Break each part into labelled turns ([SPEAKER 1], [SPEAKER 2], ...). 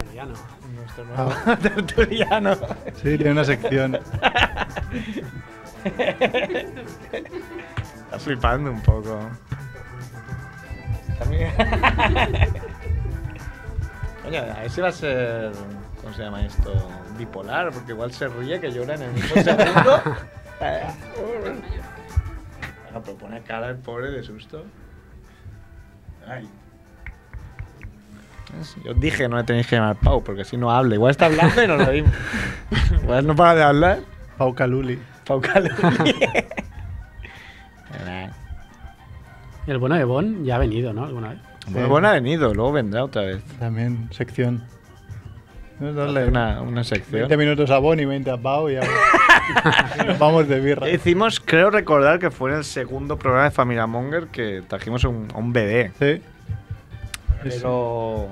[SPEAKER 1] Tertuliano. Nuestro nuevo
[SPEAKER 2] Ah.
[SPEAKER 1] tertuliano.
[SPEAKER 3] Sí, tiene una sección.
[SPEAKER 2] Está flipando un poco. También. Coño, a ver si va a ser. ¿Cómo se llama esto? Bipolar, porque igual se ríe que llora en el mismo segundo. Venga, pero pone cara el pobre de susto. Ay. ¿Ves? Ah, Yo os dije no le tenéis que llamar Pau, porque si no habla. Igual está hablando y no lo vimos. Igual no para de hablar.
[SPEAKER 3] Pau Caluli.
[SPEAKER 2] Pau Caluli.
[SPEAKER 1] El bueno de Bon ya ha venido, ¿no? Alguna vez.
[SPEAKER 2] Bueno, bueno, ha venido, luego vendrá otra vez.
[SPEAKER 3] También, sección. Vamos a darle
[SPEAKER 2] Una, una sección.
[SPEAKER 3] 20 minutos a Bon y 20 a Pau y, a- y nos vamos de birra.
[SPEAKER 2] Hicimos, creo recordar que fue en el segundo programa de Familia Monger que trajimos un- a un bebé.
[SPEAKER 3] Sí.
[SPEAKER 2] Pero.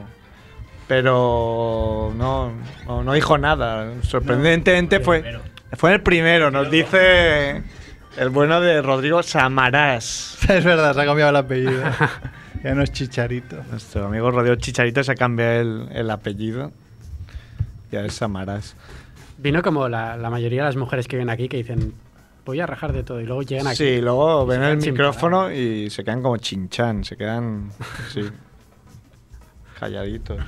[SPEAKER 2] Pero. No, no, no dijo nada. Sorprendentemente fue. Fue el primero, nos dice. El bueno de Rodrigo Samarás.
[SPEAKER 3] Es verdad, se ha cambiado el apellido. Ya no es Chicharito.
[SPEAKER 2] Nuestro amigo Rodrigo Chicharito se ha cambiado el, el apellido. Ya es Samarás.
[SPEAKER 1] Vino como la, la mayoría de las mujeres que vienen aquí que dicen, voy a rajar de todo. Y luego llegan aquí.
[SPEAKER 2] Sí, luego ven
[SPEAKER 1] quedan
[SPEAKER 2] el
[SPEAKER 1] sin
[SPEAKER 2] micrófono y se quedan como chinchan, se quedan sí, calladitos.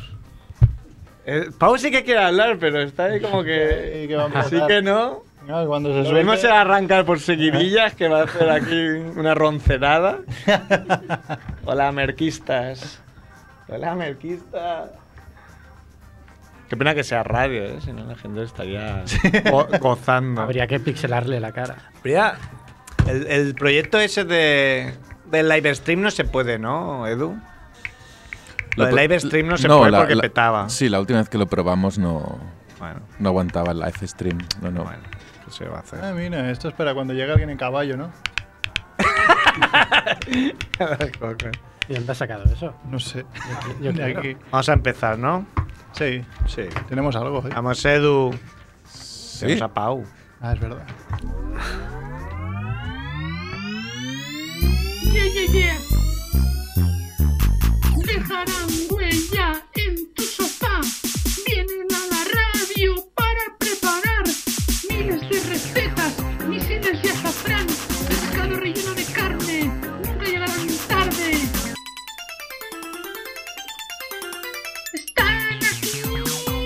[SPEAKER 2] Eh, Pau sí que quiere hablar, pero está ahí como
[SPEAKER 3] Sí,
[SPEAKER 2] que...
[SPEAKER 3] que va a empezar.
[SPEAKER 2] Así que no.
[SPEAKER 3] No, Ah, cuando se
[SPEAKER 2] Lo mismo
[SPEAKER 3] suelte,
[SPEAKER 2] se va a arrancar por seguidillas, que va a hacer aquí una roncerada. Hola, merquistas. Hola, merquistas. Qué pena que sea radio, ¿eh? si no la gente estaría go- gozando.
[SPEAKER 1] Habría que pixelarle la cara.
[SPEAKER 2] Mira, el, el proyecto ese de, del live stream no se puede, ¿no, Edu? Lo del
[SPEAKER 4] pro-
[SPEAKER 2] live stream no se
[SPEAKER 4] no,
[SPEAKER 2] puede
[SPEAKER 4] la-
[SPEAKER 2] porque
[SPEAKER 4] la-
[SPEAKER 2] petaba.
[SPEAKER 4] Sí, la última vez que lo probamos no,
[SPEAKER 2] Bueno,
[SPEAKER 4] no aguantaba el live stream. No, no.
[SPEAKER 2] bueno, ¿qué se va a hacer?
[SPEAKER 3] Ah, mira, esto es para cuando llega alguien en caballo, ¿no?
[SPEAKER 4] Ah,
[SPEAKER 1] ¿Y dónde has sacado eso?
[SPEAKER 3] No sé.
[SPEAKER 1] Yo
[SPEAKER 3] De
[SPEAKER 1] creo.
[SPEAKER 3] aquí.
[SPEAKER 2] Vamos a empezar, ¿no?
[SPEAKER 3] Sí,
[SPEAKER 2] Sí.
[SPEAKER 3] tenemos algo. ¿eh?
[SPEAKER 2] Vamos, Edu.
[SPEAKER 4] Sí.
[SPEAKER 2] Tenemos a Pau.
[SPEAKER 3] Ah, es verdad.
[SPEAKER 5] Yeah, yeah, yeah. Dejarán huella en tu sofá. Vienen a la radio para preparar miles de recetas, misiles de azafrán, pescado relleno de carne. Nunca llegarán tarde. Están aquí,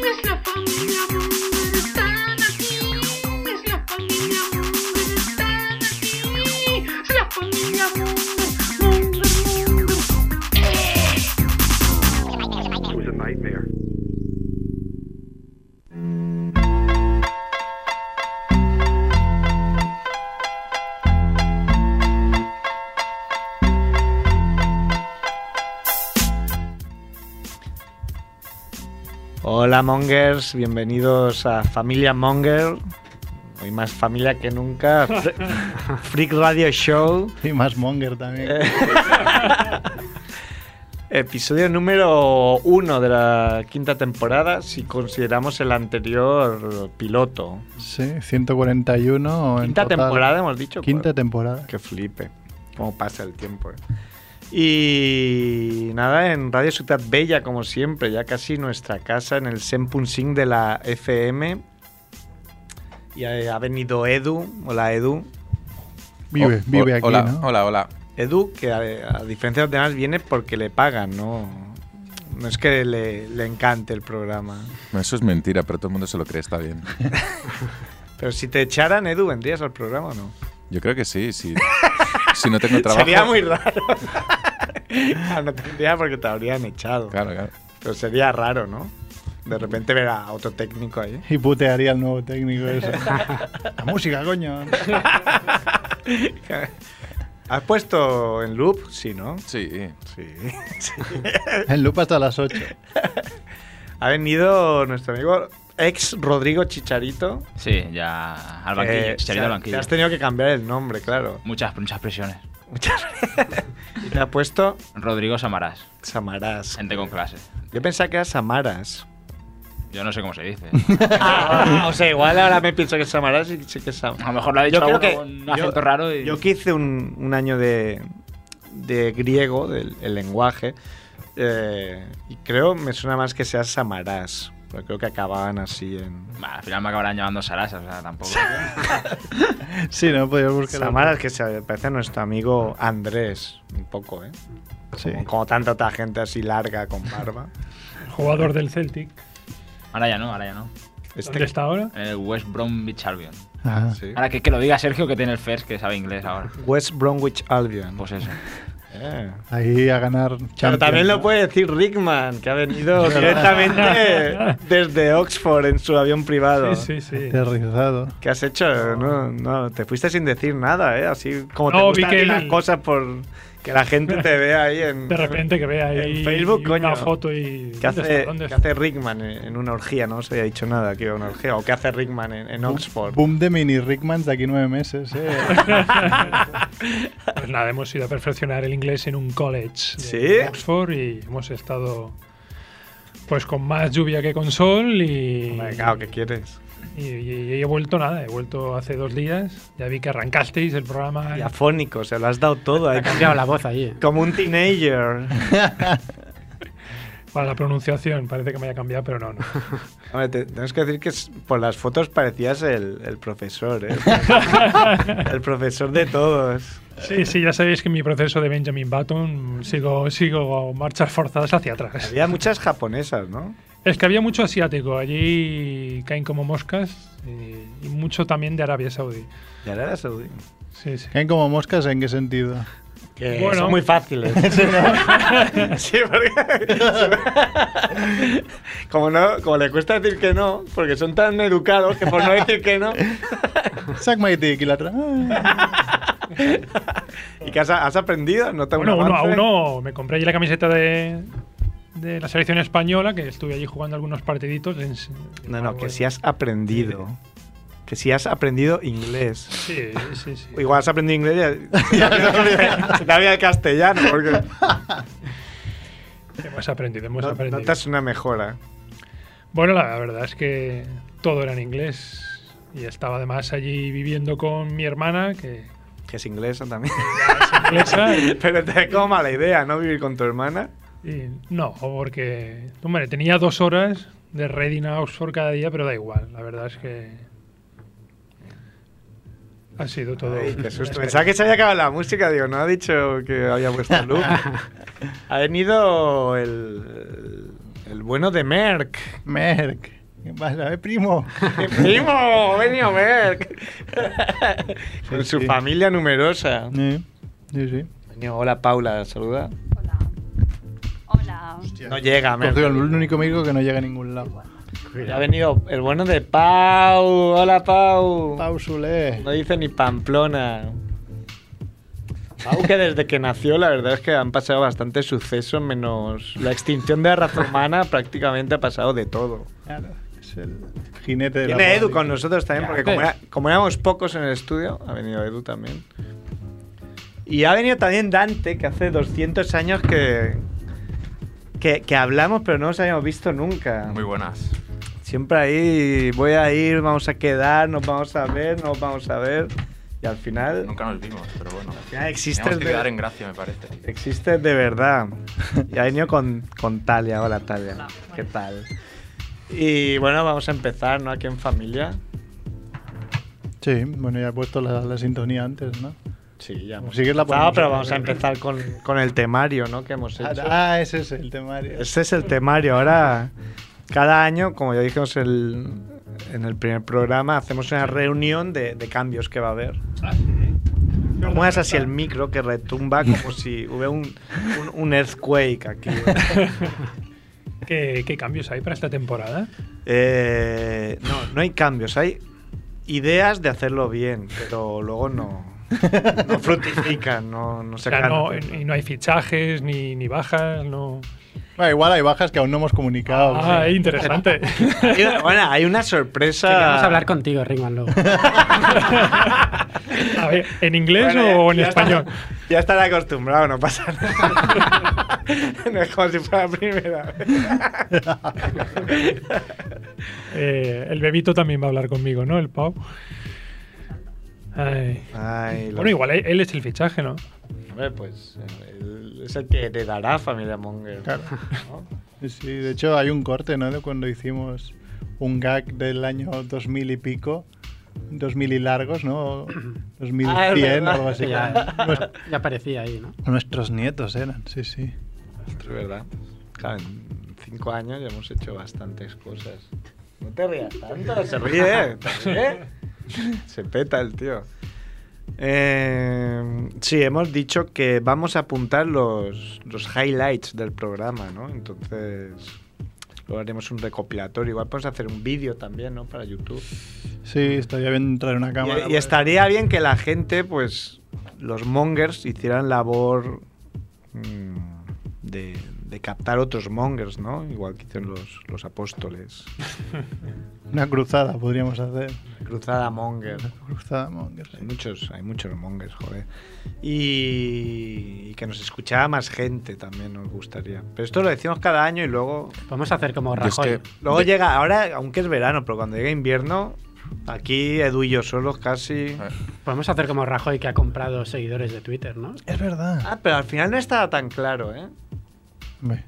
[SPEAKER 5] es la familia Munger. Están aquí, es la familia Munger. Están aquí, es la familia Munger. Munger, Munger.
[SPEAKER 2] Hola, Mongers. Bienvenidos a Familia Monger. Hoy más familia que nunca. Fre- Freak Radio Show.
[SPEAKER 3] Y más Monger también.
[SPEAKER 2] Eh, Episodio número uno de la quinta temporada, si consideramos el anterior piloto.
[SPEAKER 3] Sí, 141 en
[SPEAKER 2] Quinta
[SPEAKER 3] total.
[SPEAKER 2] temporada, hemos dicho.
[SPEAKER 3] Quinta
[SPEAKER 2] Joder,
[SPEAKER 3] temporada.
[SPEAKER 2] Que flipe. Cómo pasa el tiempo. eh. Y nada, en Radio Ciudad Bella, como siempre, ya casi nuestra casa, en el Sing de la FM. Y eh, ha ha venido Edu. Hola, Edu.
[SPEAKER 3] Vive,
[SPEAKER 4] Oh,
[SPEAKER 3] vive
[SPEAKER 4] oh,
[SPEAKER 3] aquí,
[SPEAKER 4] Hola,
[SPEAKER 3] ¿no?
[SPEAKER 4] hola, hola.
[SPEAKER 2] Edu, que a, a diferencia de los demás, viene porque le pagan, ¿no? No es que le, le encante el programa.
[SPEAKER 4] No, Eso es mentira, pero todo el mundo se lo cree, está bien.
[SPEAKER 2] Pero si te echaran, Edu, ¿vendrías al programa o no?
[SPEAKER 4] Yo creo que sí, sí. Si no tengo trabajo.
[SPEAKER 2] Sería muy raro. Claro, no tendría porque te habrían echado.
[SPEAKER 4] Claro, claro.
[SPEAKER 2] Pero sería raro, ¿no? De repente ver a otro técnico ahí.
[SPEAKER 3] Y putearía al nuevo técnico eso. La música, coño.
[SPEAKER 2] ¿Has puesto en loop? Sí, ¿no?
[SPEAKER 4] Sí.
[SPEAKER 2] Sí.
[SPEAKER 3] En loop hasta las 8.
[SPEAKER 2] Ha venido nuestro amigo ex Rodrigo Chicharito.
[SPEAKER 6] Sí, ya al banquillo,
[SPEAKER 2] Eh,
[SPEAKER 6] chicharito
[SPEAKER 2] o sea,
[SPEAKER 6] al
[SPEAKER 2] Te
[SPEAKER 6] banquillo.
[SPEAKER 2] has tenido que cambiar el nombre, claro.
[SPEAKER 6] Muchas, muchas presiones.
[SPEAKER 2] Muchas Y te ha puesto
[SPEAKER 6] Rodrigo Samarás,
[SPEAKER 2] Samarás.
[SPEAKER 6] gente con clase.
[SPEAKER 2] Yo pensaba que era Samaras.
[SPEAKER 6] Yo no sé cómo se dice.
[SPEAKER 2] Ah, o sea, igual ahora me pienso que Samaras y sí que es Sam.
[SPEAKER 6] A lo mejor lo ha
[SPEAKER 2] Yo
[SPEAKER 6] dicho
[SPEAKER 2] creo
[SPEAKER 6] uno
[SPEAKER 2] que-
[SPEAKER 6] con un acento raro y...
[SPEAKER 2] Yo que hice un, un año de, de griego, del el lenguaje, eh, y creo me suena más que sea Samarás, pero creo que acababan así en...
[SPEAKER 6] Bah, al final me acabarán llamando Sarasa, o sea, tampoco...
[SPEAKER 3] Sí, no podías buscar.
[SPEAKER 2] Samaras, que se parece a nuestro amigo Andrés, un poco, ¿eh?
[SPEAKER 3] Sí.
[SPEAKER 2] Como, como tanta otra gente así larga con barba.
[SPEAKER 7] Jugador del Celtic.
[SPEAKER 6] Ahora ya no, ahora ya no.
[SPEAKER 2] Este
[SPEAKER 7] ¿Dónde está ahora?
[SPEAKER 6] En el West Bromwich Albion.
[SPEAKER 3] Ajá.
[SPEAKER 2] Sí.
[SPEAKER 6] Ahora que, que lo diga Sergio, que tiene el first, que sabe inglés ahora.
[SPEAKER 2] West Bromwich Albion.
[SPEAKER 6] Pues eso.
[SPEAKER 2] Eh.
[SPEAKER 3] Ahí a ganar.
[SPEAKER 2] Pero
[SPEAKER 3] Champions,
[SPEAKER 2] también lo
[SPEAKER 3] ¿no?
[SPEAKER 2] puede decir Rickman, que ha venido directamente desde Oxford en su avión privado.
[SPEAKER 7] Sí, sí, sí.
[SPEAKER 2] Este
[SPEAKER 3] Aterrizado.
[SPEAKER 2] ¿Qué has hecho? No, no, te fuiste sin decir nada, ¿eh? Así como te
[SPEAKER 7] No,
[SPEAKER 2] gustan
[SPEAKER 7] vi que
[SPEAKER 2] a ti las
[SPEAKER 7] el-
[SPEAKER 2] cosas por que la gente te vea ahí en...
[SPEAKER 7] De repente que vea ahí
[SPEAKER 2] En Facebook,
[SPEAKER 7] una
[SPEAKER 2] coño.
[SPEAKER 7] foto y...
[SPEAKER 2] ¿Qué
[SPEAKER 7] ¿dónde
[SPEAKER 2] hace,
[SPEAKER 7] está? ¿Dónde
[SPEAKER 2] qué
[SPEAKER 7] está?
[SPEAKER 2] hace Rickman en en una orgía? No se había dicho nada que iba a una orgía. ¿O qué hace Rickman en, en Oxford?
[SPEAKER 3] Boom de mini Rickmans de aquí nueve meses, eh.
[SPEAKER 7] Pues nada, hemos ido a perfeccionar el inglés en un college de
[SPEAKER 2] ¿Sí?
[SPEAKER 7] Oxford y hemos estado pues con más lluvia que con sol y,
[SPEAKER 2] Hombre, claro, ¿qué quieres?
[SPEAKER 7] y, y- y he vuelto nada, he vuelto hace dos días, ya vi que arrancasteis el programa.
[SPEAKER 2] Y afónico, se lo has dado todo. ahí,
[SPEAKER 1] Ha cambiado la voz ahí. eh.
[SPEAKER 2] Como un teenager.
[SPEAKER 7] Para la pronunciación, parece que me haya cambiado, pero no, no.
[SPEAKER 2] Hombre, te- tenemos que decir que es- por las fotos parecías el, el profesor, ¿eh? El profesor de todos.
[SPEAKER 7] Sí, sí, ya sabéis que en mi proceso de Benjamin Button sigo, sigo marchas forzadas hacia atrás.
[SPEAKER 2] Había muchas japonesas, ¿no?
[SPEAKER 7] Es que había mucho asiático, allí caen como moscas y, y mucho también de Arabia Saudí.
[SPEAKER 2] Y ahora era saudí.
[SPEAKER 7] Sí, sí.
[SPEAKER 3] ¿Caen como moscas en qué sentido?
[SPEAKER 2] Que
[SPEAKER 7] Bueno.
[SPEAKER 2] Eh, son muy fáciles. sí, porque... como, no, como le cuesta decir que no, porque son tan educados que por no decir que no...
[SPEAKER 3] Sac my dick y la otra. "Ah".
[SPEAKER 2] ¿Y que has, has aprendido? ¿No te
[SPEAKER 7] Bueno, uno a uno me compré allí la camiseta de, de la selección española, que estuve allí jugando algunos partiditos. en-
[SPEAKER 2] No, no, que
[SPEAKER 7] en-
[SPEAKER 2] si has aprendido. Que si has aprendido inglés.
[SPEAKER 7] Sí, sí, sí.
[SPEAKER 2] Igual has aprendido inglés y ya te había el castellano, porque
[SPEAKER 7] Hemos aprendido, hemos
[SPEAKER 2] no,
[SPEAKER 7] aprendido.
[SPEAKER 2] notas una mejora.
[SPEAKER 7] Bueno, la verdad es que todo era en inglés. Y estaba además allí viviendo con mi hermana, que
[SPEAKER 2] Que es inglesa también.
[SPEAKER 7] inglesa.
[SPEAKER 2] Pero te da como mala idea, ¿no? Vivir con tu hermana.
[SPEAKER 7] Y no, porque, hombre, tenía dos horas de Reading a Oxford cada día, pero da igual. La verdad es que ha sido todo.
[SPEAKER 2] Ay, qué susto.
[SPEAKER 7] una
[SPEAKER 2] Pensaba que se había acabado la música, digo, no ha dicho que había puesto el loop. ha venido el, el bueno de Merck.
[SPEAKER 3] Merck. ¿Qué pasa, eh, primo?
[SPEAKER 2] ¡Mi primo! ¡Ha venido Merck! Con
[SPEAKER 3] Sí,
[SPEAKER 2] su
[SPEAKER 3] sí.
[SPEAKER 2] familia numerosa.
[SPEAKER 3] Eh, Sí, sí.
[SPEAKER 2] Venido, hola Paula, saluda.
[SPEAKER 8] Hola. Hola.
[SPEAKER 2] No llega, Merck.
[SPEAKER 3] Cogió el único micro que no llega a ningún lado.
[SPEAKER 2] Ha venido el bueno de Pau. Hola Pau.
[SPEAKER 3] Pausule.
[SPEAKER 2] No dice ni Pamplona. Aunque desde que nació, la verdad es que han pasado bastantes sucesos, menos la extinción de la raza humana, prácticamente ha pasado de todo.
[SPEAKER 3] Claro, es el jinete de la
[SPEAKER 2] Viene Edu
[SPEAKER 3] política.
[SPEAKER 2] con nosotros también,
[SPEAKER 6] Ya
[SPEAKER 2] porque como,
[SPEAKER 6] ves.
[SPEAKER 2] era- como éramos pocos en el estudio, ha venido Edu también. Y ha venido también Dante, que hace 200 años que, que, que hablamos, pero no nos habíamos visto nunca.
[SPEAKER 9] Muy buenas.
[SPEAKER 2] Siempre ahí, voy a ir, vamos a quedar, nos vamos a ver, nos vamos a ver. Y al final...
[SPEAKER 9] Nunca nos vimos, pero bueno.
[SPEAKER 2] Ya existe
[SPEAKER 9] Tenemos
[SPEAKER 2] el
[SPEAKER 9] que
[SPEAKER 2] de-
[SPEAKER 9] quedar en gracia, me parece.
[SPEAKER 2] Existe de verdad. Y ha venido con, con Talia. Hola, Talia. ¿Qué tal? Y bueno, vamos a empezar, ¿no? Aquí en familia.
[SPEAKER 3] Sí, bueno, ya he puesto la, la sintonía antes, ¿no?
[SPEAKER 2] Sí, ya hemos
[SPEAKER 3] Sí que la
[SPEAKER 2] empezado,
[SPEAKER 3] ponemos.
[SPEAKER 2] Ah, pero vamos a empezar con, con el temario, ¿no? Que hemos hecho.
[SPEAKER 3] Ah, ese es el temario.
[SPEAKER 2] Este es el temario. Ahora, cada año, como ya dijimos el- en el primer programa, hacemos una reunión de, de cambios que va a haber. No muevas así el micro que retumba como si hubiera un, un, un earthquake aquí.
[SPEAKER 7] ¿Qué, qué cambios hay para esta temporada?
[SPEAKER 2] Eh, no, no hay cambios, hay ideas de hacerlo bien, pero luego no. No fructifican, no, no
[SPEAKER 7] O
[SPEAKER 2] se
[SPEAKER 7] sea,
[SPEAKER 2] caen.
[SPEAKER 7] no, y no hay fichajes ni, ni bajas, no.
[SPEAKER 3] Ah, igual hay bajas que aún no hemos comunicado.
[SPEAKER 7] Ah,
[SPEAKER 3] sí.
[SPEAKER 7] interesante.
[SPEAKER 2] Hay una- bueno, hay una sorpresa.
[SPEAKER 1] Queríamos hablar contigo, Ringman, luego.
[SPEAKER 7] A ver, ¿en inglés
[SPEAKER 2] Bueno, ya-
[SPEAKER 7] o en
[SPEAKER 2] ya
[SPEAKER 7] español?
[SPEAKER 2] estará- ya estará acostumbrado, no pasa nada. no es como si fuera la primera vez.
[SPEAKER 7] Eh, el bebito también va a hablar conmigo, ¿no? El Pau. Ay.
[SPEAKER 2] Ay, lo-
[SPEAKER 7] Bueno, igual él- él es el fichaje, ¿no?
[SPEAKER 2] Hombre, pues el- es el que heredará familia Monger.
[SPEAKER 3] Claro.
[SPEAKER 2] ¿no?
[SPEAKER 3] Sí, de hecho hay un corte, ¿no? De cuando hicimos un gag del año 2000 y pico, 2000 y largos, ¿no?
[SPEAKER 2] Ah,
[SPEAKER 3] 2100 o algo así.
[SPEAKER 1] ya, ya- ya aparecía ahí, ¿no?
[SPEAKER 3] Nuestros nietos eran, sí, sí.
[SPEAKER 2] Es verdad. Claro, en cinco años ya hemos hecho bastantes cosas. No te rías tanto, se ríe. se ríe. Se peta el tío. Eh, sí, hemos dicho que vamos a apuntar los, los highlights del programa, ¿no? Entonces, luego haremos un recopilatorio. Igual podemos hacer un vídeo también, ¿no? Para YouTube.
[SPEAKER 3] Sí, estaría bien traer una cámara. pues.
[SPEAKER 2] Y, y estaría bien que la gente, pues, los mongers hicieran labor mm, de, de captar otros mongers, ¿no? Igual que hicieron los, los apóstoles.
[SPEAKER 3] Una cruzada podríamos hacer.
[SPEAKER 2] Cruzada monger.
[SPEAKER 3] Una cruzada monger, sí.
[SPEAKER 2] Hay muchos, hay muchos mongers, joder. Y, y que nos escuchara más gente también nos gustaría. Pero esto lo decimos cada año y luego...
[SPEAKER 1] Podemos hacer como
[SPEAKER 4] Yo es
[SPEAKER 1] Rajoy.
[SPEAKER 4] que-
[SPEAKER 2] Luego
[SPEAKER 4] De-
[SPEAKER 2] llega, ahora, aunque es verano, pero cuando llega invierno, aquí Edu y yo solos casi...
[SPEAKER 1] Podemos hacer como Rajoy que ha comprado seguidores de Twitter, ¿no?
[SPEAKER 3] Es verdad.
[SPEAKER 2] Ah, pero al final no estaba tan claro, ¿eh?
[SPEAKER 3] Hombre,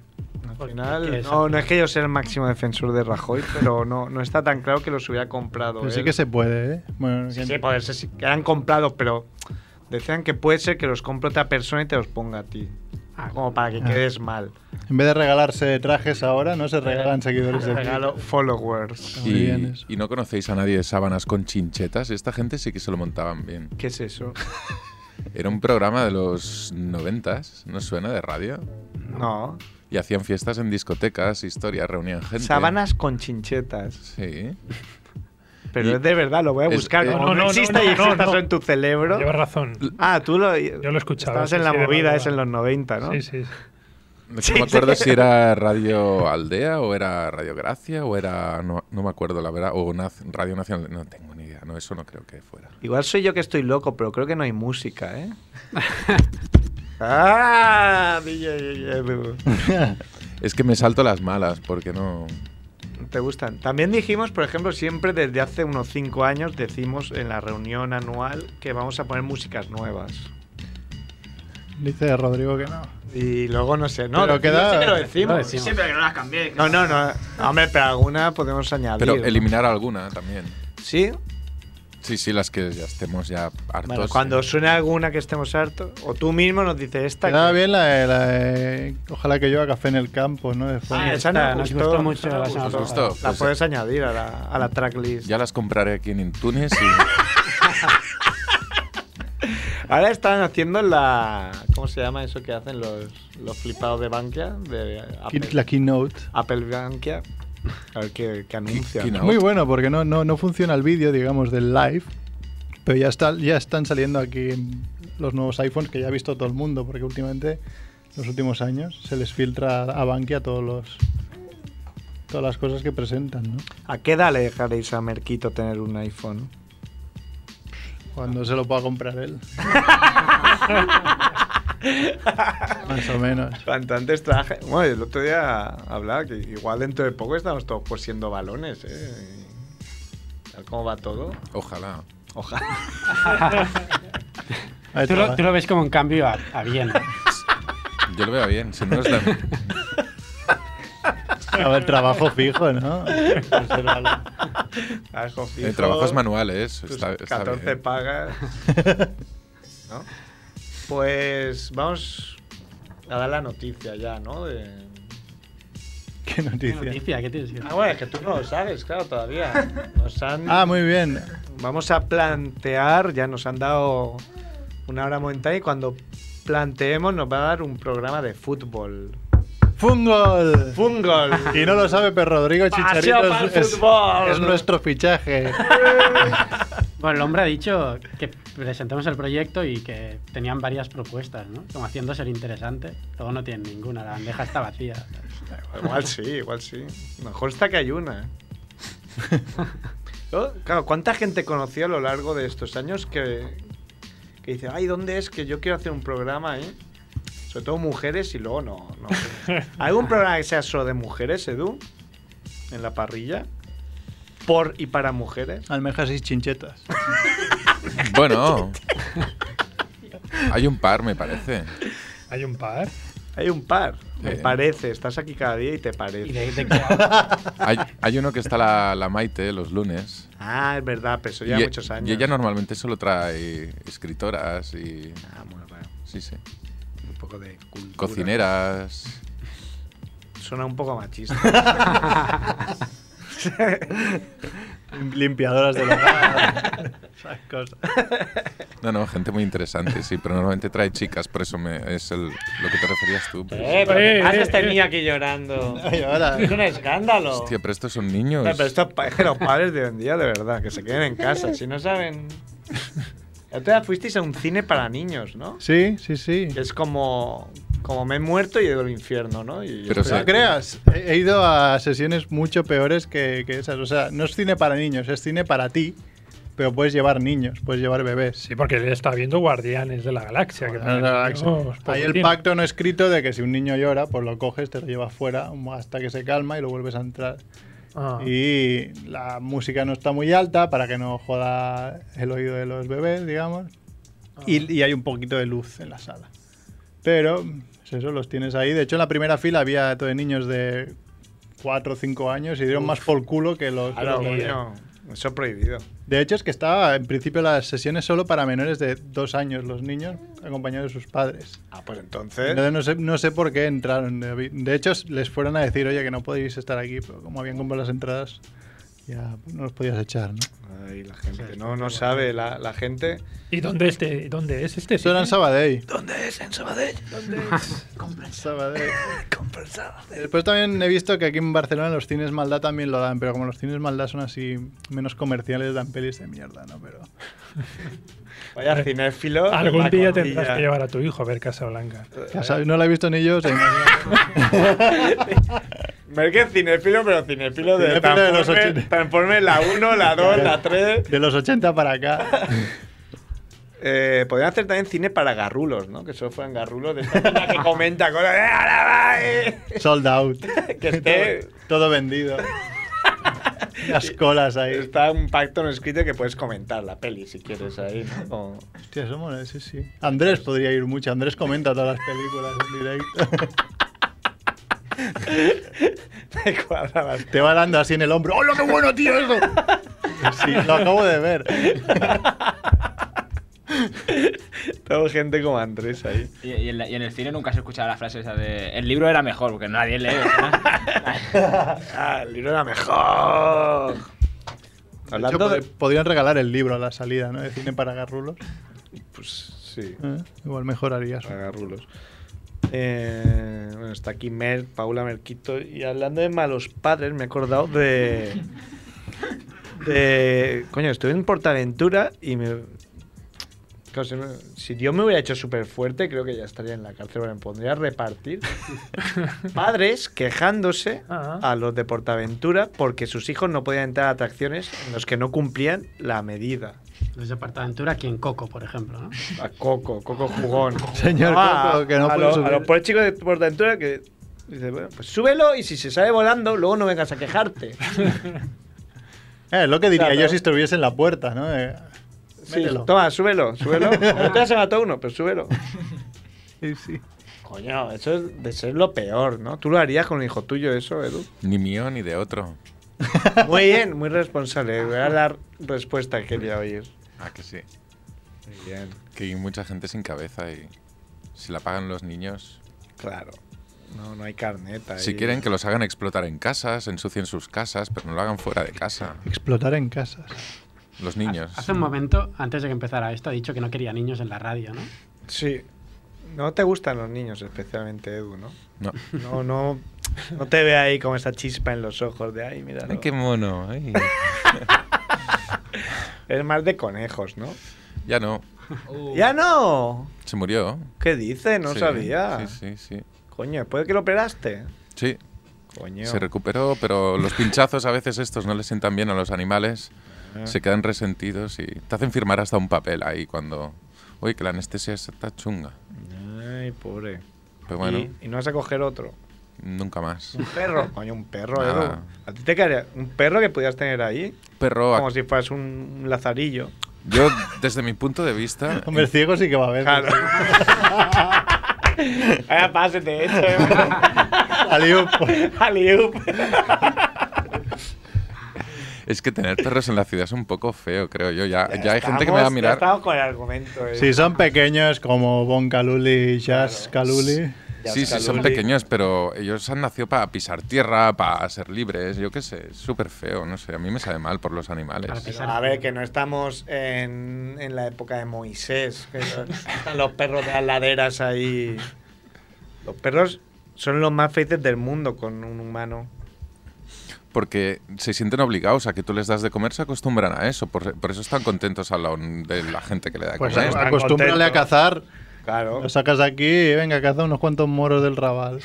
[SPEAKER 2] Al
[SPEAKER 1] Porque
[SPEAKER 2] final,
[SPEAKER 1] es
[SPEAKER 2] no,
[SPEAKER 1] así.
[SPEAKER 2] no es que yo sea el máximo defensor de Rajoy, pero no, no está tan claro que los hubiera comprado.
[SPEAKER 3] Pero sí
[SPEAKER 2] él.
[SPEAKER 3] que se puede, ¿eh? Bueno,
[SPEAKER 2] Sí,
[SPEAKER 3] que-
[SPEAKER 2] sí, puede ser, sí, que eran comprados, pero decían que puede ser que los compre otra persona y te los ponga a ti.
[SPEAKER 1] Ah,
[SPEAKER 2] Como para que
[SPEAKER 3] Ah.
[SPEAKER 2] quedes mal.
[SPEAKER 3] En vez de regalarse trajes ahora, no se regalan seguidores de
[SPEAKER 2] Eh, Regalo followers.
[SPEAKER 3] Muy
[SPEAKER 4] Y,
[SPEAKER 3] bien eso.
[SPEAKER 4] y no conocéis a nadie de sábanas con chinchetas. Esta gente sí que se lo montaban bien.
[SPEAKER 2] ¿Qué es eso?
[SPEAKER 4] Era un programa de los noventas, ¿no suena? De radio.
[SPEAKER 2] No.
[SPEAKER 4] Y hacían fiestas en discotecas, historias, reunían gente.
[SPEAKER 2] Sábanas con chinchetas.
[SPEAKER 4] Sí.
[SPEAKER 2] Pero
[SPEAKER 4] Y-
[SPEAKER 2] es de verdad, lo voy a
[SPEAKER 4] es-
[SPEAKER 2] buscar.
[SPEAKER 4] eh,
[SPEAKER 2] como
[SPEAKER 7] No,
[SPEAKER 2] no,
[SPEAKER 7] no, no,
[SPEAKER 2] existe
[SPEAKER 7] no,
[SPEAKER 2] y
[SPEAKER 7] no,
[SPEAKER 2] exista
[SPEAKER 7] no.
[SPEAKER 2] solo en tu cerebro.
[SPEAKER 7] Llevas razón.
[SPEAKER 2] Ah, tú lo.
[SPEAKER 7] Yo lo he escuchado,
[SPEAKER 2] Estabas
[SPEAKER 7] sí,
[SPEAKER 2] en la
[SPEAKER 7] sí, de
[SPEAKER 2] movida,
[SPEAKER 7] madrugada.
[SPEAKER 2] es en los 90, ¿no?
[SPEAKER 7] Sí, sí. sí.
[SPEAKER 4] No
[SPEAKER 2] Sí,
[SPEAKER 4] me acuerdo
[SPEAKER 2] sí.
[SPEAKER 4] si era Radio Aldea o era Radio Gracia o era. No, no me acuerdo, la verdad. O Naz- Radio Nacional. No tengo ni idea. No, eso no creo que fuera.
[SPEAKER 2] Igual soy yo que estoy loco, pero creo que no hay música, ¿eh? ¡Ah! DJ eh, Edu.
[SPEAKER 3] YouTube.
[SPEAKER 4] Es que me salto las malas porque no.
[SPEAKER 2] Te gustan. También dijimos, por ejemplo, siempre desde hace unos 5 años, decimos en la reunión anual que vamos a poner músicas nuevas.
[SPEAKER 3] Dice Rodrigo que no.
[SPEAKER 2] Y luego no sé, ¿no?
[SPEAKER 3] Pero
[SPEAKER 2] Lo-
[SPEAKER 3] queda-
[SPEAKER 2] siempre lo
[SPEAKER 1] lo
[SPEAKER 2] decimos.
[SPEAKER 1] decimos.
[SPEAKER 9] Siempre que no las cambié.
[SPEAKER 2] No, no, no. Hombre, pero alguna podemos añadir.
[SPEAKER 4] Pero
[SPEAKER 2] ¿no?
[SPEAKER 4] eliminar alguna también.
[SPEAKER 2] ¿Sí?
[SPEAKER 4] Sí, sí, las que ya estemos ya hartos. Eh,
[SPEAKER 2] Bueno, cuando
[SPEAKER 4] sí.
[SPEAKER 2] suene alguna que estemos hartos, o tú mismo nos dices esta.
[SPEAKER 3] Quedaba
[SPEAKER 2] que-
[SPEAKER 3] bien la de, la de- Ojalá que yo a café en el campo, ¿no? De fondo.
[SPEAKER 2] Ah, esa
[SPEAKER 1] Esta,
[SPEAKER 2] nos
[SPEAKER 1] nos
[SPEAKER 2] gustó,
[SPEAKER 1] gustó mucho
[SPEAKER 2] esa nos
[SPEAKER 1] la semana
[SPEAKER 2] gustó.
[SPEAKER 4] pasada.
[SPEAKER 2] La
[SPEAKER 4] Pues,
[SPEAKER 2] puedes añadir a la, a la tracklist.
[SPEAKER 4] Ya las compraré aquí en Intunes y.
[SPEAKER 2] Ahora están haciendo la. ¿Cómo se llama eso que hacen los, los flipados de Bankia? De Apple,
[SPEAKER 3] Key- La keynote.
[SPEAKER 2] Apple Bankia. A ver qué, qué anuncia.
[SPEAKER 4] Keynote.
[SPEAKER 3] Muy bueno, porque no, no, no funciona el vídeo, digamos, del live. Pero ya, está, ya están saliendo aquí los nuevos iPhones que ya ha visto todo el mundo, porque últimamente, los últimos años, se les filtra a Bankia todos los, todas las cosas que presentan, ¿no?
[SPEAKER 2] ¿A qué edad le dejaréis a Merquito tener un iPhone?
[SPEAKER 3] Cuando se lo pueda comprar él. Más o menos.
[SPEAKER 2] Cuanto antes traje. Bueno, el otro día hablaba que igual dentro de poco estamos todos cosiendo balones, ¿eh? Tal como va todo.
[SPEAKER 4] Ojalá.
[SPEAKER 2] Ojalá.
[SPEAKER 3] Ahí
[SPEAKER 1] Tú lo,
[SPEAKER 3] está.
[SPEAKER 1] tú lo ves como un cambio a, a bien.
[SPEAKER 4] Yo lo veo bien. Si no es la-
[SPEAKER 3] A ver, trabajo fijo, ¿no?
[SPEAKER 2] Algo
[SPEAKER 4] Eh,
[SPEAKER 2] fijo,
[SPEAKER 4] trabajos manuales.
[SPEAKER 2] tus
[SPEAKER 4] ¿eh? Pues Está, está
[SPEAKER 2] 14
[SPEAKER 4] bien.
[SPEAKER 2] pagas. ¿no? Pues vamos a dar la noticia ya, ¿no? De-
[SPEAKER 3] Qué
[SPEAKER 1] ¿Qué
[SPEAKER 3] noticia.
[SPEAKER 1] noticia? ¿Qué tienes que
[SPEAKER 2] Ah, bueno, es que tú no lo sabes, claro, todavía. Nos han...
[SPEAKER 3] Ah, muy bien.
[SPEAKER 2] Vamos a plantear, ya nos han dado una hora momentánea y cuando planteemos nos va a dar un programa de fútbol.
[SPEAKER 3] ¡Fungol!
[SPEAKER 2] ¡Fútbol!
[SPEAKER 3] Y no lo sabe, pero Rodrigo
[SPEAKER 2] Pasión
[SPEAKER 3] Chicharito
[SPEAKER 2] pa'l
[SPEAKER 3] es, es-
[SPEAKER 2] fútbol.
[SPEAKER 3] es nuestro fichaje.
[SPEAKER 1] Bueno, el hombre ha dicho que presentemos el proyecto y que tenían varias propuestas, ¿no? Como haciendo ser interesante. Luego no tienen ninguna, la bandeja está vacía.
[SPEAKER 2] Igual sí, igual sí. Mejor está que hay una. ¿eh? Yo, Claro, ¿cuánta gente conocí a lo largo de estos años que, que dice, ay, ¿dónde es que yo quiero hacer un programa, eh? Sobre todo mujeres y luego no. no. ¿Hay algún programa que sea solo de mujeres, Edu? En la parrilla. Por y para mujeres.
[SPEAKER 3] Almejas y chinchetas.
[SPEAKER 4] Bueno. Hay un par, me parece.
[SPEAKER 7] Hay un par.
[SPEAKER 2] Hay un par. Me
[SPEAKER 4] Sí.
[SPEAKER 2] parece. Estás aquí cada día y te parece.
[SPEAKER 1] ¿Y de, de qué habla?
[SPEAKER 4] Hay, hay uno que está la, la Maite los lunes.
[SPEAKER 2] Ah, es verdad, pero eso
[SPEAKER 4] y,
[SPEAKER 2] lleva
[SPEAKER 4] e-
[SPEAKER 2] muchos años.
[SPEAKER 4] y ella normalmente solo trae escritoras y.
[SPEAKER 2] Ah, bueno, bueno,
[SPEAKER 4] Sí, sí.
[SPEAKER 2] Un poco de cultura.
[SPEAKER 4] Cocineras.
[SPEAKER 2] Suena un poco machista.
[SPEAKER 3] Limpiadoras de la Esas cosas.
[SPEAKER 4] No, no, gente muy interesante, sí, pero normalmente trae chicas, por eso me, es el- lo que te referías tú.
[SPEAKER 2] Eh, pero
[SPEAKER 7] Eh,
[SPEAKER 2] ¿qué
[SPEAKER 7] eh,
[SPEAKER 2] haces
[SPEAKER 7] eh.
[SPEAKER 2] tenía aquí llorando?
[SPEAKER 3] Ay, ahora.
[SPEAKER 2] Es un escándalo.
[SPEAKER 4] Hostia, pero estos son
[SPEAKER 2] No,
[SPEAKER 4] niños.
[SPEAKER 2] pero estos pa- los padres de hoy en día, de verdad, que se queden en casa, si no saben. La otra vez fuisteis a un cine para niños, ¿no?
[SPEAKER 3] Sí, sí, sí.
[SPEAKER 2] Que es como, como me he muerto y he ido al infierno, ¿no? Y
[SPEAKER 4] Pero
[SPEAKER 3] Pero
[SPEAKER 4] sí.
[SPEAKER 3] no creas, he he ido a sesiones mucho peores que, que esas. O sea, no es cine para niños, es cine para ti, pero puedes llevar niños, puedes llevar bebés.
[SPEAKER 7] Sí, porque él está viendo Guardianes de la Galaxia. Que
[SPEAKER 3] Guardianes de la Galaxia.
[SPEAKER 7] Dios,
[SPEAKER 3] Hay el
[SPEAKER 7] pobrecito.
[SPEAKER 3] pacto no escrito de que si un niño llora, pues lo coges, te lo llevas fuera hasta que se calma y lo vuelves a entrar.
[SPEAKER 7] Ah.
[SPEAKER 3] Y la música no está muy alta para que no joda el oído de los bebés, digamos. Y, y hay un poquito de luz en la sala. Pero, es eso, los tienes ahí. De hecho, en la primera fila había todo de niños de 4 o 5 años y dieron más por culo que los... que
[SPEAKER 2] Claro,
[SPEAKER 3] los de-
[SPEAKER 2] coño, eso es prohibido.
[SPEAKER 3] De hecho, es que estaba en principio las sesiones solo para menores de 2 años, los niños, acompañados de sus padres.
[SPEAKER 2] Ah, pues entonces.
[SPEAKER 3] Entonces no sé, no sé por qué entraron. David. De hecho, les fueron a decir, oye, que no podéis estar aquí, pero como habían comprado las entradas, ya pues, no los podías echar, ¿no?
[SPEAKER 2] Ay, la gente, no, no sabe, la, la gente.
[SPEAKER 7] ¿Y dónde, este, dónde es este?
[SPEAKER 3] Eso era en
[SPEAKER 7] cine?
[SPEAKER 3] Sabadell.
[SPEAKER 2] ¿Dónde es? ¿En Sabadell? ¿Dónde
[SPEAKER 3] Sabadell.
[SPEAKER 2] es?
[SPEAKER 3] Después también he visto que aquí en Barcelona los cines maldad también lo dan, pero como los cines maldad son así menos comerciales, dan pelis de mierda, ¿no? Pero
[SPEAKER 2] Vaya cinéfilo.
[SPEAKER 7] Algún día tendrás
[SPEAKER 2] tendrás
[SPEAKER 7] que llevar a tu hijo a ver Casa Blanca.
[SPEAKER 2] Eh.
[SPEAKER 3] ya sabes, no la he visto ni yo. se imagina-
[SPEAKER 2] Me que es cinéfilo, pero cinéfilo de,
[SPEAKER 3] Cinéfilo de los
[SPEAKER 2] Transformers-
[SPEAKER 3] 80.
[SPEAKER 2] Transformers la 1, la 2, la 3.
[SPEAKER 3] De los 80 para acá.
[SPEAKER 2] Eh, podrían hacer también cine para garrulos, ¿no? Que solo fueran garrulos de esta niña que comenta cosas. ¡Eh, ahora va, eh!
[SPEAKER 3] Sold out.
[SPEAKER 2] Que esté-
[SPEAKER 3] Todo, todo vendido. Las colas ahí.
[SPEAKER 2] Está un pacto no escrito que puedes comentar la peli si quieres ahí, ¿no? Como-
[SPEAKER 3] Hostia, eso mola, sí, sí. Andrés podría ir mucho. Andrés comenta todas las películas en directo.
[SPEAKER 2] Me cuadra bastante.
[SPEAKER 3] Te va dando así en el hombro. ¡Hola, qué bueno, tío, eso! Sí, lo acabo de ver.
[SPEAKER 2] Tengo gente como Andrés ahí.
[SPEAKER 6] Y, y en la- y en el cine nunca se escuchaba la frase esa de. El libro era mejor, porque nadie lee. ¿verdad?
[SPEAKER 2] Ah, el libro era mejor.
[SPEAKER 3] De hecho,
[SPEAKER 2] Hablando de.
[SPEAKER 3] pod- Podrían regalar el libro a la salida, ¿no? De cine para garrulos.
[SPEAKER 2] Pues sí.
[SPEAKER 3] ¿Eh? Igual mejorarías.
[SPEAKER 2] Agarrulos. Eh, bueno, está aquí Mer, Paula Merquito. Y hablando de malos padres, me he acordado de. de coño, estuve en Portaventura y me. claro, si, me- si yo me hubiera hecho súper fuerte, creo que ya estaría en la cárcel. Bueno, me pondría a repartir. Padres quejándose
[SPEAKER 7] Ah.
[SPEAKER 2] a los de Portaventura porque sus hijos no podían entrar a atracciones en los que no cumplían la medida.
[SPEAKER 1] Los de Portaventura aquí en Coco, por ejemplo, ¿no?
[SPEAKER 2] A Coco, Coco Jugón.
[SPEAKER 3] Señor
[SPEAKER 2] Ah,
[SPEAKER 3] Coco, que no
[SPEAKER 2] a
[SPEAKER 3] puede
[SPEAKER 2] lo-
[SPEAKER 3] subir.
[SPEAKER 2] A los pobres chicos de Portaventura que dice, bueno, pues súbelo y si se sale volando, luego no vengas a quejarte.
[SPEAKER 3] Eh, lo que diría
[SPEAKER 2] Claro.
[SPEAKER 3] yo si estuviese en la puerta, ¿no? Eh,
[SPEAKER 2] Sí,
[SPEAKER 3] Mételo.
[SPEAKER 2] toma, súbelo, súbelo. Ahorita se mató uno, pero súbelo.
[SPEAKER 3] sí, sí.
[SPEAKER 2] Coño, eso es de ser lo peor, ¿no? Tú lo harías con el hijo tuyo eso, Edu.
[SPEAKER 4] Ni mío ni de otro.
[SPEAKER 2] Muy bien, muy responsable. Voy a dar respuesta que quería oír.
[SPEAKER 4] Ah, que sí.
[SPEAKER 2] Muy bien.
[SPEAKER 4] Que hay mucha gente sin cabeza y si la pagan los niños.
[SPEAKER 2] Claro. No, no hay carneta.
[SPEAKER 4] Si quieren que los hagan explotar en casas, ensucien sus casas, pero no lo hagan fuera de casa.
[SPEAKER 3] Explotar en casas.
[SPEAKER 4] Los niños.
[SPEAKER 1] Hace un momento, antes de que empezara esto, ha dicho que no quería niños en la radio, ¿no?
[SPEAKER 2] Sí. No te gustan los niños, especialmente Edu, ¿no?
[SPEAKER 4] No.
[SPEAKER 2] No, no, no te ve ahí con esa chispa en los ojos de ay, mira.
[SPEAKER 4] Ay, qué mono. ay.
[SPEAKER 2] Es más de conejos, ¿no?
[SPEAKER 4] Ya no.
[SPEAKER 2] ¡Ya no!
[SPEAKER 4] Se murió.
[SPEAKER 2] ¿Qué dice? No
[SPEAKER 4] Uh. Sí,
[SPEAKER 2] sabía.
[SPEAKER 4] Sí, sí, sí.
[SPEAKER 2] Coño, después de que lo operaste.
[SPEAKER 4] Sí,
[SPEAKER 2] Coño.
[SPEAKER 4] se recuperó, pero los pinchazos a veces estos no le sientan bien a los animales.
[SPEAKER 2] Ah,
[SPEAKER 4] Se quedan resentidos y te hacen firmar hasta un papel ahí cuando... Uy, que la anestesia está chunga.
[SPEAKER 2] Ay, pobre.
[SPEAKER 4] Pero Pues bueno,
[SPEAKER 2] Y, y no vas a coger otro.
[SPEAKER 4] nunca más.
[SPEAKER 2] Un perro. Coño, un perro,
[SPEAKER 4] Nada.
[SPEAKER 2] Edu. A ti te caería un perro que pudieras tener ahí.
[SPEAKER 4] Perro,
[SPEAKER 2] Como si fueras un un lazarillo.
[SPEAKER 4] yo desde mi punto de vista...
[SPEAKER 3] Hombre, ciego sí que va a haber.
[SPEAKER 2] Claro. Ahora pásate, hecho. ¿eh?
[SPEAKER 3] Aliup.
[SPEAKER 2] Aliup.
[SPEAKER 4] Es que tener perros en la ciudad es un poco feo, creo yo. Ya, ya hay gente que me va
[SPEAKER 2] Ya
[SPEAKER 4] a mirar.
[SPEAKER 2] estamos con el argumento. eh.
[SPEAKER 3] Si son pequeños como Bon Caluli, Jazz Caluli.
[SPEAKER 2] Ya
[SPEAKER 4] Sí,
[SPEAKER 2] está,
[SPEAKER 4] sí, son
[SPEAKER 2] Luli.
[SPEAKER 4] pequeños, pero ellos han nacido para pisar tierra, para ser libres, yo qué sé, es súper feo, no sé, a mí me sabe mal por los
[SPEAKER 1] Para
[SPEAKER 4] animales.
[SPEAKER 1] pisar.
[SPEAKER 2] A ver, que no estamos en, en la época de Moisés. que no- están los perros de las laderas ahí. Los perros son los más felices del mundo con un humano.
[SPEAKER 4] Porque se sienten obligados a que tú les das de comer, se acostumbran a eso, por, por eso están contentos al lado de la gente que le da de
[SPEAKER 3] Pues
[SPEAKER 4] comer.
[SPEAKER 2] están
[SPEAKER 3] acostúmbrale a
[SPEAKER 2] contentos.
[SPEAKER 3] cazar.
[SPEAKER 2] Claro.
[SPEAKER 3] Lo sacas de aquí y venga, caza unos cuantos moros del rabal.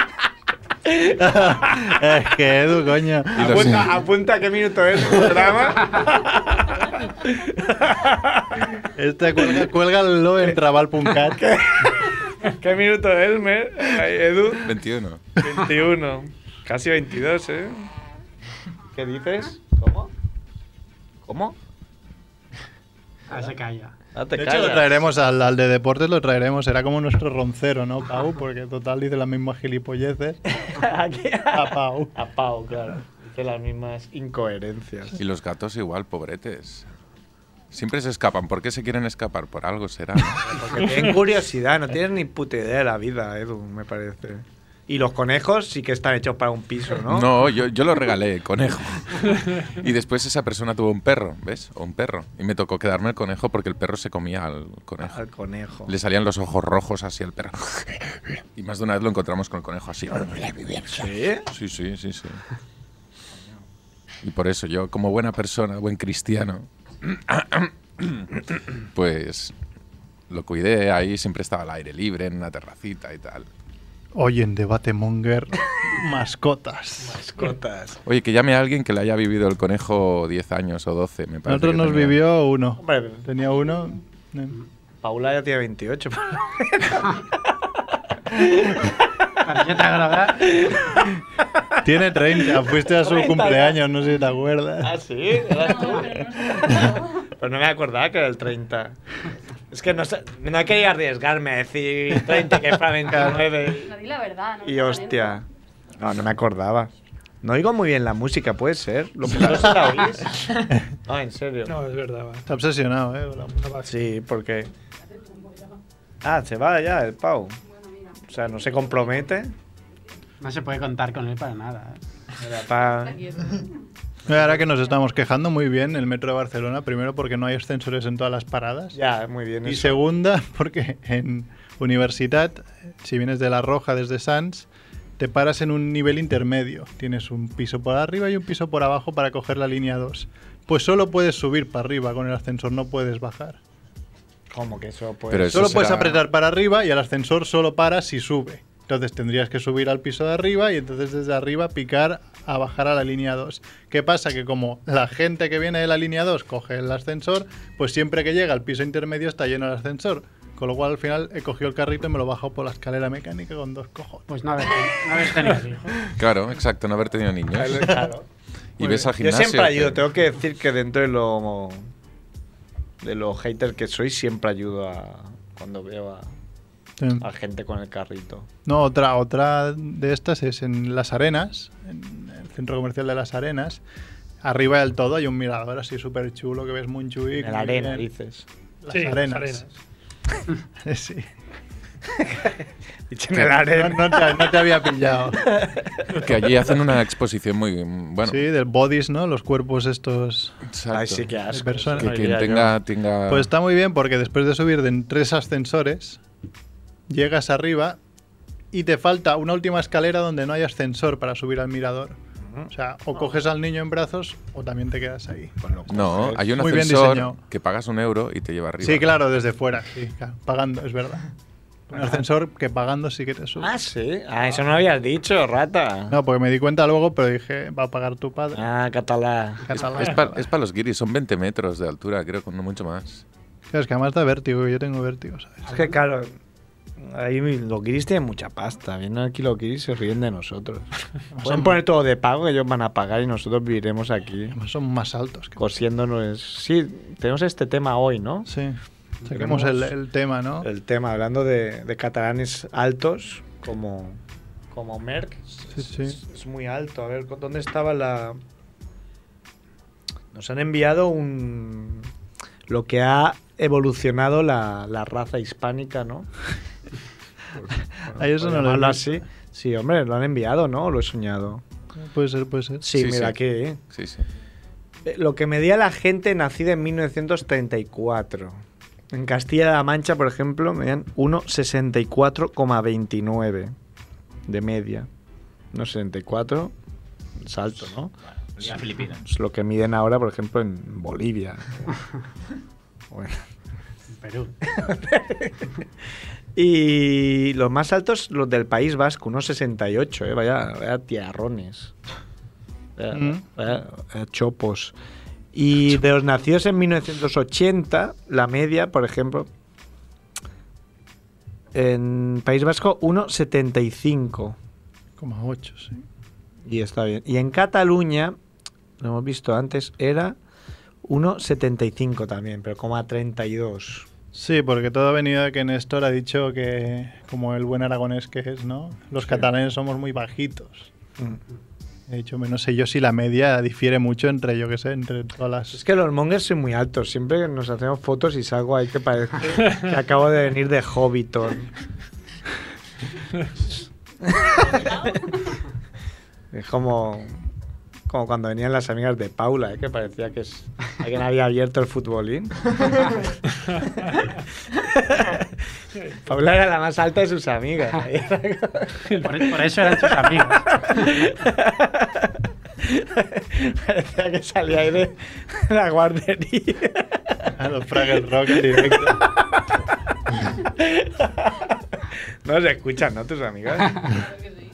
[SPEAKER 3] es que Edu, coño.
[SPEAKER 4] Y los-
[SPEAKER 2] Apunta, apunta qué minuto es el programa.
[SPEAKER 3] Este cuelga, cuélgalo en rabal.cat.
[SPEAKER 2] ¿Qué minuto es, Mer? Ay, Edu?
[SPEAKER 4] 21.
[SPEAKER 2] 21. Casi 22, ¿eh? ¿Qué dices? ¿Cómo? ¿Cómo?
[SPEAKER 1] Ahora se calla.
[SPEAKER 2] No te
[SPEAKER 3] De hecho, lo traeremos al, al de deportes, lo traeremos. Será como nuestro roncero, ¿no, Pau? Porque total dice las mismas gilipolleces. A Pau.
[SPEAKER 2] A Pau, claro. Dice las mismas incoherencias.
[SPEAKER 4] Y los gatos igual, pobretes. Siempre se escapan, ¿por qué se quieren escapar? Por algo será.
[SPEAKER 2] Porque tienen curiosidad, no tienen ni puta idea de la vida, Edu, me parece. Y los conejos sí que están hechos para un piso, ¿no?
[SPEAKER 4] No, yo, yo lo regalé, el conejo. Y después esa persona tuvo un perro, ¿ves? O un perro. Y me tocó quedarme el conejo porque el perro se comía al conejo.
[SPEAKER 2] Al conejo.
[SPEAKER 4] Le salían los ojos rojos así al perro. Y más de una vez lo encontramos con el conejo así.
[SPEAKER 2] ¿Sí?
[SPEAKER 4] Sí, sí, sí, sí. Y por eso yo, como buena persona, buen cristiano, pues lo cuidé ahí, siempre estaba al aire libre, en una terracita y tal.
[SPEAKER 3] Hoy en Debate Monger, mascotas.
[SPEAKER 2] Cortas.
[SPEAKER 4] Oye, que llame a alguien que le haya vivido el conejo 10 años o 12, me parece.
[SPEAKER 3] Nosotros
[SPEAKER 4] que
[SPEAKER 3] nos
[SPEAKER 4] tenía.
[SPEAKER 3] vivió uno.
[SPEAKER 2] Hombre,
[SPEAKER 3] Tenía uno. eh,
[SPEAKER 2] Paula ya tiene 28.
[SPEAKER 1] Para que te agrada,
[SPEAKER 3] Tiene 30. Fuiste a su cumpleaños, no sé si te
[SPEAKER 4] Ah,
[SPEAKER 3] acuerdas.
[SPEAKER 2] Ah, sí, eras
[SPEAKER 8] No, pero no.
[SPEAKER 2] Pero no me acordaba que era el 30. Es que no, sé- no quería arriesgarme a decir 30 que es para 29.
[SPEAKER 8] No di la verdad, ¿no?
[SPEAKER 2] Y hostia. No, no me acordaba. No oigo muy bien la música, puede ser. Lo
[SPEAKER 3] la-
[SPEAKER 2] no se la oís. No, en serio.
[SPEAKER 7] No, es verdad. va.
[SPEAKER 3] Está obsesionado, ¿eh? con la música.
[SPEAKER 7] No va.
[SPEAKER 2] Sí, porque. Ah, se va ya el Pau. O sea, no se compromete.
[SPEAKER 1] No se puede contar con él para nada. ¿eh?
[SPEAKER 2] Era pa-
[SPEAKER 3] Mira, Ahora que nos estamos quejando muy bien el metro de Barcelona, primero porque no hay ascensores en todas las paradas.
[SPEAKER 2] Ya, muy bien.
[SPEAKER 3] Y
[SPEAKER 2] eso.
[SPEAKER 3] segunda, porque en universidad, si vienes de La Roja desde Sants, te paras en un nivel intermedio. Tienes un piso por arriba y un piso por abajo para coger la línea 2. Pues solo puedes subir para arriba con el ascensor, no puedes bajar.
[SPEAKER 2] ¿Cómo que eso puede
[SPEAKER 4] Pero
[SPEAKER 2] ser?
[SPEAKER 4] Eso
[SPEAKER 3] solo puedes
[SPEAKER 4] será-
[SPEAKER 3] apretar para arriba y el ascensor solo para si sube. Entonces tendrías que subir al piso de arriba y entonces desde arriba picar a bajar a la línea 2. ¿Qué pasa? Que como la gente que viene de la línea 2 coge el ascensor, pues siempre que llega al piso intermedio está lleno el ascensor. Con lo cual al final he cogido el carrito y me lo bajo por la escalera mecánica con dos cojones.
[SPEAKER 1] Pues no haber, no haber tenido hijos.
[SPEAKER 4] Claro, exacto, no haber tenido niños.
[SPEAKER 2] Claro.
[SPEAKER 4] Y ves al
[SPEAKER 2] Yo
[SPEAKER 4] gimnasio.
[SPEAKER 2] siempre ayudo,
[SPEAKER 4] que-
[SPEAKER 2] tengo que decir que dentro de lo de los haters que soy, siempre ayudo a cuando veo a,
[SPEAKER 3] Sí.
[SPEAKER 2] a gente con el carrito.
[SPEAKER 3] Ah. No, otra, otra de estas es en Las Arenas, en el centro comercial de Las Arenas. Arriba del todo hay un mirador así súper chulo que ves Montjuic.
[SPEAKER 2] en la arena,
[SPEAKER 3] bien.
[SPEAKER 2] dices.
[SPEAKER 3] Las
[SPEAKER 7] Sí, las
[SPEAKER 3] arenas.
[SPEAKER 7] arenas.
[SPEAKER 3] Sí.
[SPEAKER 2] en el
[SPEAKER 7] Eh,
[SPEAKER 3] No,
[SPEAKER 2] arena.
[SPEAKER 3] no te, no te había pillado.
[SPEAKER 4] Que allí hacen una exposición muy. Bueno,
[SPEAKER 3] Sí, del bodies, ¿no? Los cuerpos estos.
[SPEAKER 4] exacto.
[SPEAKER 2] Ay, sí, qué asco.
[SPEAKER 3] persona.
[SPEAKER 2] eso
[SPEAKER 4] que
[SPEAKER 2] no
[SPEAKER 4] quien
[SPEAKER 2] iría yo.
[SPEAKER 4] tenga, tenga.
[SPEAKER 3] Pues está muy bien porque después de subir de en tres ascensores, llegas arriba y te falta una última escalera donde no hay ascensor para subir al mirador. O sea, o coges al niño en brazos o también te quedas ahí.
[SPEAKER 4] No, hay un
[SPEAKER 3] Muy bien
[SPEAKER 4] ascensor
[SPEAKER 3] diseñado.
[SPEAKER 4] que pagas un euro y te lleva arriba.
[SPEAKER 3] Sí, claro, desde fuera, sí, claro, pagando, es verdad. Un ascensor que pagando sí que te sube.
[SPEAKER 2] Ah, sí. Ah, eso no lo habías dicho, rata.
[SPEAKER 3] No, porque me di cuenta luego, pero dije, va a pagar tu padre.
[SPEAKER 2] Ah, catalá.
[SPEAKER 3] Catalán.
[SPEAKER 4] Es para los guiris, son 20 metros de altura, creo, no mucho más.
[SPEAKER 3] Claro, es que además da vértigo, yo tengo vértigo, ¿sabes?
[SPEAKER 2] Es que claro, ahí los guiris tienen mucha pasta. Vienen aquí los guiris y se ríen de nosotros. Pueden poner todo de pago, ellos van a pagar y nosotros viviremos aquí
[SPEAKER 3] Además son más altos. Que...
[SPEAKER 2] cosiéndonos. Sí, tenemos este tema hoy, ¿no?
[SPEAKER 3] Sí. Saquemos el, el tema, ¿no?
[SPEAKER 2] El tema, hablando de, de catalanes altos, como, como Merck.
[SPEAKER 3] Sí, sí.
[SPEAKER 2] Es, es muy alto. A ver, ¿cu- ¿dónde estaba la...? Nos han enviado un... Lo que ha evolucionado la, la raza hispánica, ¿no?
[SPEAKER 3] Ahí eso no lo he
[SPEAKER 2] Llamarlo
[SPEAKER 3] visto.
[SPEAKER 2] así. Sí, hombre, lo han enviado, ¿no? ¿O Lo he soñado.
[SPEAKER 3] Puede ser, puede ser.
[SPEAKER 2] Sí,
[SPEAKER 4] Sí,
[SPEAKER 2] mira
[SPEAKER 4] sí.
[SPEAKER 2] aquí. ¿eh?
[SPEAKER 4] Sí, sí.
[SPEAKER 2] Eh, Lo que medía la gente nacida en 1934. En Castilla-La Mancha, por ejemplo, medían 1,64,29 de media. 1,64 es alto, ¿no?
[SPEAKER 6] La Filipina.
[SPEAKER 2] Es lo que miden ahora, por ejemplo, en Bolivia. Bueno.
[SPEAKER 1] En Perú.
[SPEAKER 2] Y los más altos, los del País Vasco, unos 68, ¿eh? vaya, vaya tiarrones. Vaya,
[SPEAKER 3] Mm.
[SPEAKER 2] vaya- vaya chopos. Y de los nacidos en 1980, la media, por ejemplo, en País Vasco, 1,75.
[SPEAKER 3] Como 8, sí.
[SPEAKER 2] Y está bien. Y en Cataluña, lo hemos visto antes, era 1,75 también, pero como a 32.
[SPEAKER 3] Sí, porque todo ha venido de que Néstor ha dicho que, como el buen aragonés que es, ¿no? Los catalanes somos muy bajitos.
[SPEAKER 2] Mm.
[SPEAKER 3] He dicho, no sé yo si la media difiere mucho entre, yo qué sé, entre todas las...
[SPEAKER 2] Es que los mongers son muy altos. Siempre nos hacemos fotos y salgo ahí que parece que acabo de venir de Hobbiton. es como, como cuando venían las amigas de Paula, ¿eh? que parecía que es, alguien había abierto el futbolín. Paula era la más alta de sus amigas.
[SPEAKER 1] Por, por eso eran sus amigos.
[SPEAKER 2] Parecía que salía ahí de la guardería.
[SPEAKER 3] Ah, los Fraggle Rock en directo.
[SPEAKER 2] No se escuchan, ¿no? Tus amigas.
[SPEAKER 1] Ahora-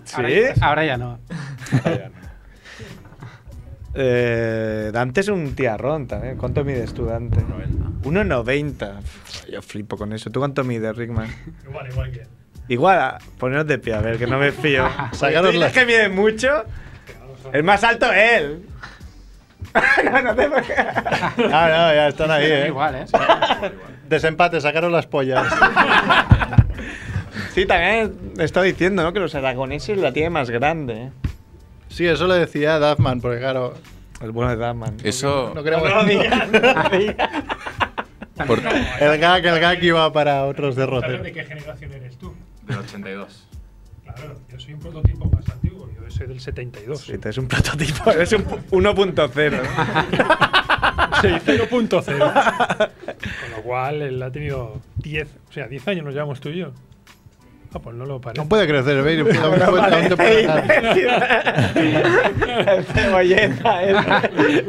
[SPEAKER 2] Sí.
[SPEAKER 1] Ahora ya no.
[SPEAKER 2] Eh, Dante es un tiarrón también. ¿Cuánto mides tú, Dante? 1,90. Pff, Yo flipo con eso. ¿Tú cuánto mides, Rickman?
[SPEAKER 7] Igual, igual que.
[SPEAKER 2] Igual, a- poneros de pie, a ver, que no me fío.
[SPEAKER 3] Sacaros
[SPEAKER 2] Tú
[SPEAKER 3] la-
[SPEAKER 2] dices que mide mucho. El más alto él. no, no te
[SPEAKER 3] Ah, no, ya están ahí, ¿eh?
[SPEAKER 1] Igual, ¿eh?
[SPEAKER 3] Desempate, sacaros las pollas.
[SPEAKER 2] Sí, también está diciendo, ¿no? Que los aragoneses la tienen más grande. ¿eh?
[SPEAKER 3] Sí, eso lo decía Duffman, porque claro,
[SPEAKER 2] El bueno de Daman.
[SPEAKER 4] Eso,
[SPEAKER 3] no
[SPEAKER 2] No
[SPEAKER 3] queremos...
[SPEAKER 2] lo digas, no lo digas.
[SPEAKER 4] por-
[SPEAKER 3] El gag, el gag iba para otros
[SPEAKER 7] ¿Sabes de
[SPEAKER 3] derroteros.
[SPEAKER 7] qué generación eres tú?
[SPEAKER 9] Del 82.
[SPEAKER 7] Claro, yo soy un prototipo más antiguo. Yo soy del 72.
[SPEAKER 2] Sí, tú eres un prototipo, eres un pu- 1.0.
[SPEAKER 7] Sí, 0.0. Con lo cual, él ha tenido 10, o sea, 10 años nos llevamos tú y yo. Ah, pues no lo parece.
[SPEAKER 3] No puede crecer, ¿veis? No,
[SPEAKER 2] Bueno,
[SPEAKER 3] puede-
[SPEAKER 2] vale,
[SPEAKER 3] no te puede
[SPEAKER 2] ey,
[SPEAKER 3] nada.
[SPEAKER 2] El cebolleta ese. eh.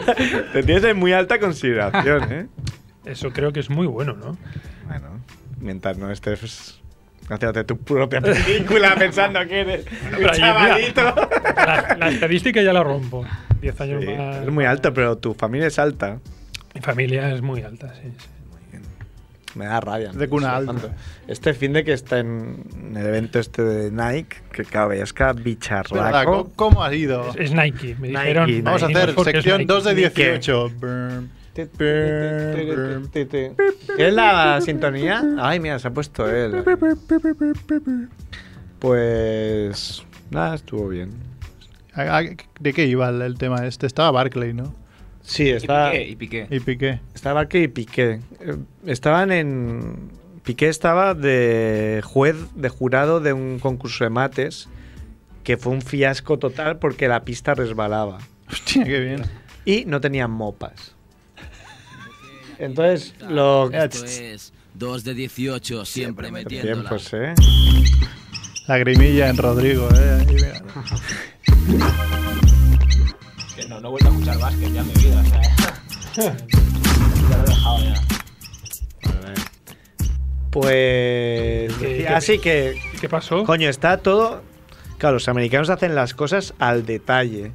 [SPEAKER 2] Te tienes en muy alta consideración, ¿eh?
[SPEAKER 7] Eso creo que es muy bueno, ¿no?
[SPEAKER 2] Bueno, mientras no estés haciéndote tu propia película pensando que eres un
[SPEAKER 7] Pero ahí, mira,
[SPEAKER 2] chavalito.
[SPEAKER 7] La, la estadística ya la rompo. 10 años
[SPEAKER 2] Sí,
[SPEAKER 7] más.
[SPEAKER 2] es muy alto, pero tu familia es alta.
[SPEAKER 7] Mi familia es muy alta, sí. sí.
[SPEAKER 2] Me da rabia.
[SPEAKER 3] De cuna
[SPEAKER 2] Sí,
[SPEAKER 3] alta.
[SPEAKER 2] tanto. Este fin de que está en el evento este de Nike, que claro, veías cada
[SPEAKER 3] Verdad,
[SPEAKER 2] bicharraco.
[SPEAKER 3] ¿cómo- ¿Cómo ha ido?
[SPEAKER 7] Es, es Nike, me dijeron.
[SPEAKER 2] Oh. Nike.
[SPEAKER 3] Vamos a
[SPEAKER 7] dijimos
[SPEAKER 3] hacer
[SPEAKER 7] porque es
[SPEAKER 3] sección
[SPEAKER 7] Nike.
[SPEAKER 3] 2 de
[SPEAKER 2] Nike.
[SPEAKER 3] 18. Brr.
[SPEAKER 2] ¿Es la sintonía? Ay, mira, se ha puesto él. Pues. Nada, estuvo bien.
[SPEAKER 3] ¿A- a- Ah, ¿De qué iba el, el tema este? Estaba Barclay, ¿no?
[SPEAKER 2] Sí, está,
[SPEAKER 6] Y piqué,
[SPEAKER 3] Y
[SPEAKER 6] y piqué.
[SPEAKER 3] Piqué.
[SPEAKER 2] está Barkley y Piqué. Eh, Estaban en. Piqué estaba de juez, de jurado de un concurso de mates que fue un fiasco total porque la pista resbalaba
[SPEAKER 3] Hostia, qué bien.
[SPEAKER 2] y no tenían mopas. Entonces, lo.
[SPEAKER 10] Esto es 2 de 18, siempre metiéndola.
[SPEAKER 2] Tiempos, ¿eh?
[SPEAKER 3] Lagrimilla en Rodrigo, ¿eh? Ahí, mira.
[SPEAKER 6] no, no he vuelto a escuchar básquet ya en mi vida. O sea, ya lo he dejado ya.
[SPEAKER 2] Pues.
[SPEAKER 7] ¿Qué-
[SPEAKER 2] así que.
[SPEAKER 7] ¿Qué pasó?
[SPEAKER 2] Coño, está todo. Claro, los americanos hacen las cosas al detalle.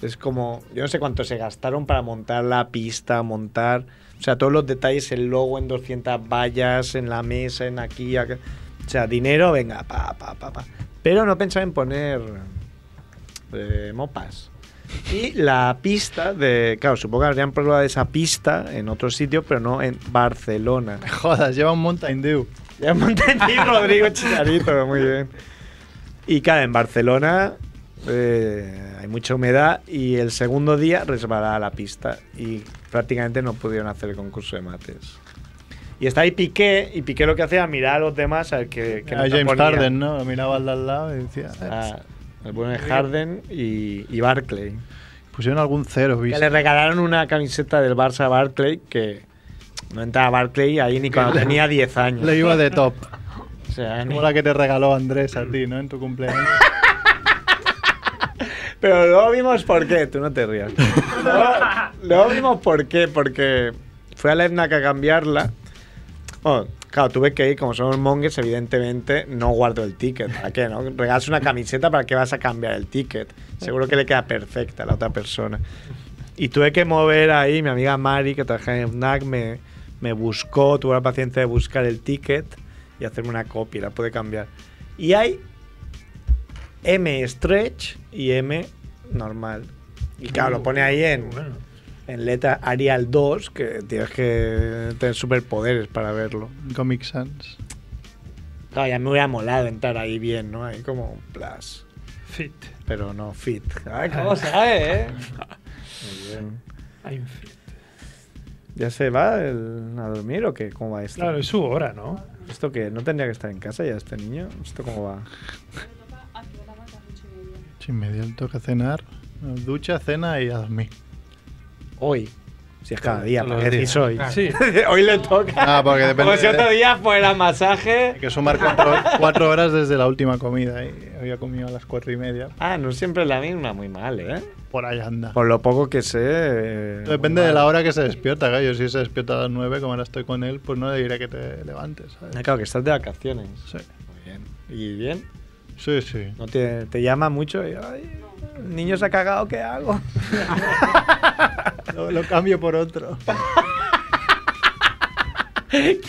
[SPEAKER 2] Es como. Yo no sé cuánto se gastaron para montar la pista, montar. O sea, todos los detalles, el logo en 200 vallas, en la mesa, en aquí, acá. O sea, dinero, venga, pa, pa, pa, pa. Pero no pensaba en poner. eh, mopas. Y la pista de. Claro, supongo que habrían probado esa pista en otro sitio, pero no en Barcelona.
[SPEAKER 3] Jodas, lleva un Mountain Dew.
[SPEAKER 2] Ya hemos entendido, Rodrigo Chicharito, muy bien. Y claro, en Barcelona eh, hay mucha humedad y el segundo día resbalaba la pista y prácticamente no pudieron hacer el concurso de mates. Y está ahí Piqué, y Piqué lo que hacía era mirar a los demás, al que, que
[SPEAKER 3] A
[SPEAKER 2] no te
[SPEAKER 3] James
[SPEAKER 2] ponía.
[SPEAKER 3] Harden, ¿no? Miraba al de al lado y decía. "Eh,
[SPEAKER 2] Ah, el bueno de Harden y, y Barclay.
[SPEAKER 3] Pusieron algún cero,
[SPEAKER 2] Que
[SPEAKER 3] ¿viste?
[SPEAKER 2] le regalaron una camiseta del Barça a Barclay que no entraba Barclay ahí ni cuando tenía 10 años.
[SPEAKER 3] Le iba de top.
[SPEAKER 2] O sea, ni-
[SPEAKER 3] Como la que te regaló Andrés a ti, ¿no? En tu cumpleaños.
[SPEAKER 2] Pero luego vimos por qué, tú no te rías. Luego, luego vimos por qué, porque fue a la EFNAC a cambiarla. Bueno, Oh, claro, tuve que ir, como somos mongues, evidentemente no guardo el ticket. ¿Para qué, no? Regalas una camiseta, ¿para qué vas a cambiar el ticket? Seguro que le queda perfecta a la otra persona. Y tuve que mover ahí, mi amiga Mari, que trabaja en FNAC, me, me buscó, tuvo la paciencia de buscar el ticket y hacerme una copia, la pude cambiar. Y hay M stretch y M normal. Y claro, lo pone ahí en,
[SPEAKER 7] Bueno,
[SPEAKER 2] en letra Arial 2, que tienes que tener superpoderes para verlo.
[SPEAKER 3] Comic Sans.
[SPEAKER 2] Claro, ya me hubiera molado entrar ahí bien, ¿no? Ahí como un plus.
[SPEAKER 7] fit.
[SPEAKER 2] Pero no fit. Ay, ¿cómo sabe, eh? Muy bien.
[SPEAKER 7] I'm fit.
[SPEAKER 2] ¿Ya se va el- a dormir o qué? ¿Cómo va esto?
[SPEAKER 7] Claro, es su hora, ¿no?
[SPEAKER 2] ¿Esto que ¿No tendría que estar en casa ya este niño? ¿Esto cómo va?
[SPEAKER 8] Aquí la marca mucho y media.
[SPEAKER 3] Ocho y media, le toca cenar. No, Ducha, cena y a dormir.
[SPEAKER 2] Hoy. Si es cada día,
[SPEAKER 3] Todos
[SPEAKER 2] ¿para
[SPEAKER 3] los
[SPEAKER 2] qué
[SPEAKER 3] días.
[SPEAKER 2] decís hoy?
[SPEAKER 7] Sí.
[SPEAKER 2] hoy le toca.
[SPEAKER 3] Ah, porque depende.
[SPEAKER 2] Como si otro día fuera masaje.
[SPEAKER 3] Hay que sumar cuatro, cuatro horas desde la última comida. Y había comido a las cuatro y media.
[SPEAKER 2] Ah, no siempre es la misma, muy mal, ¿eh?
[SPEAKER 3] Por ahí anda.
[SPEAKER 2] Por lo poco que sé. eh,
[SPEAKER 3] Depende
[SPEAKER 2] muy mal.
[SPEAKER 3] de la hora que se despierta, gallo. Si se despierta a las nueve, como ahora estoy con él, pues no le diré que te levantes. ¿sabes?
[SPEAKER 2] Ah, claro, que estás de vacaciones.
[SPEAKER 3] Sí,
[SPEAKER 2] Muy bien. ¿Y bien?
[SPEAKER 3] sí. sí.
[SPEAKER 2] ¿No te, te llama mucho? Y, Ay, el niño se ha cagado, ¿qué hago?
[SPEAKER 3] Lo, lo cambio por otro.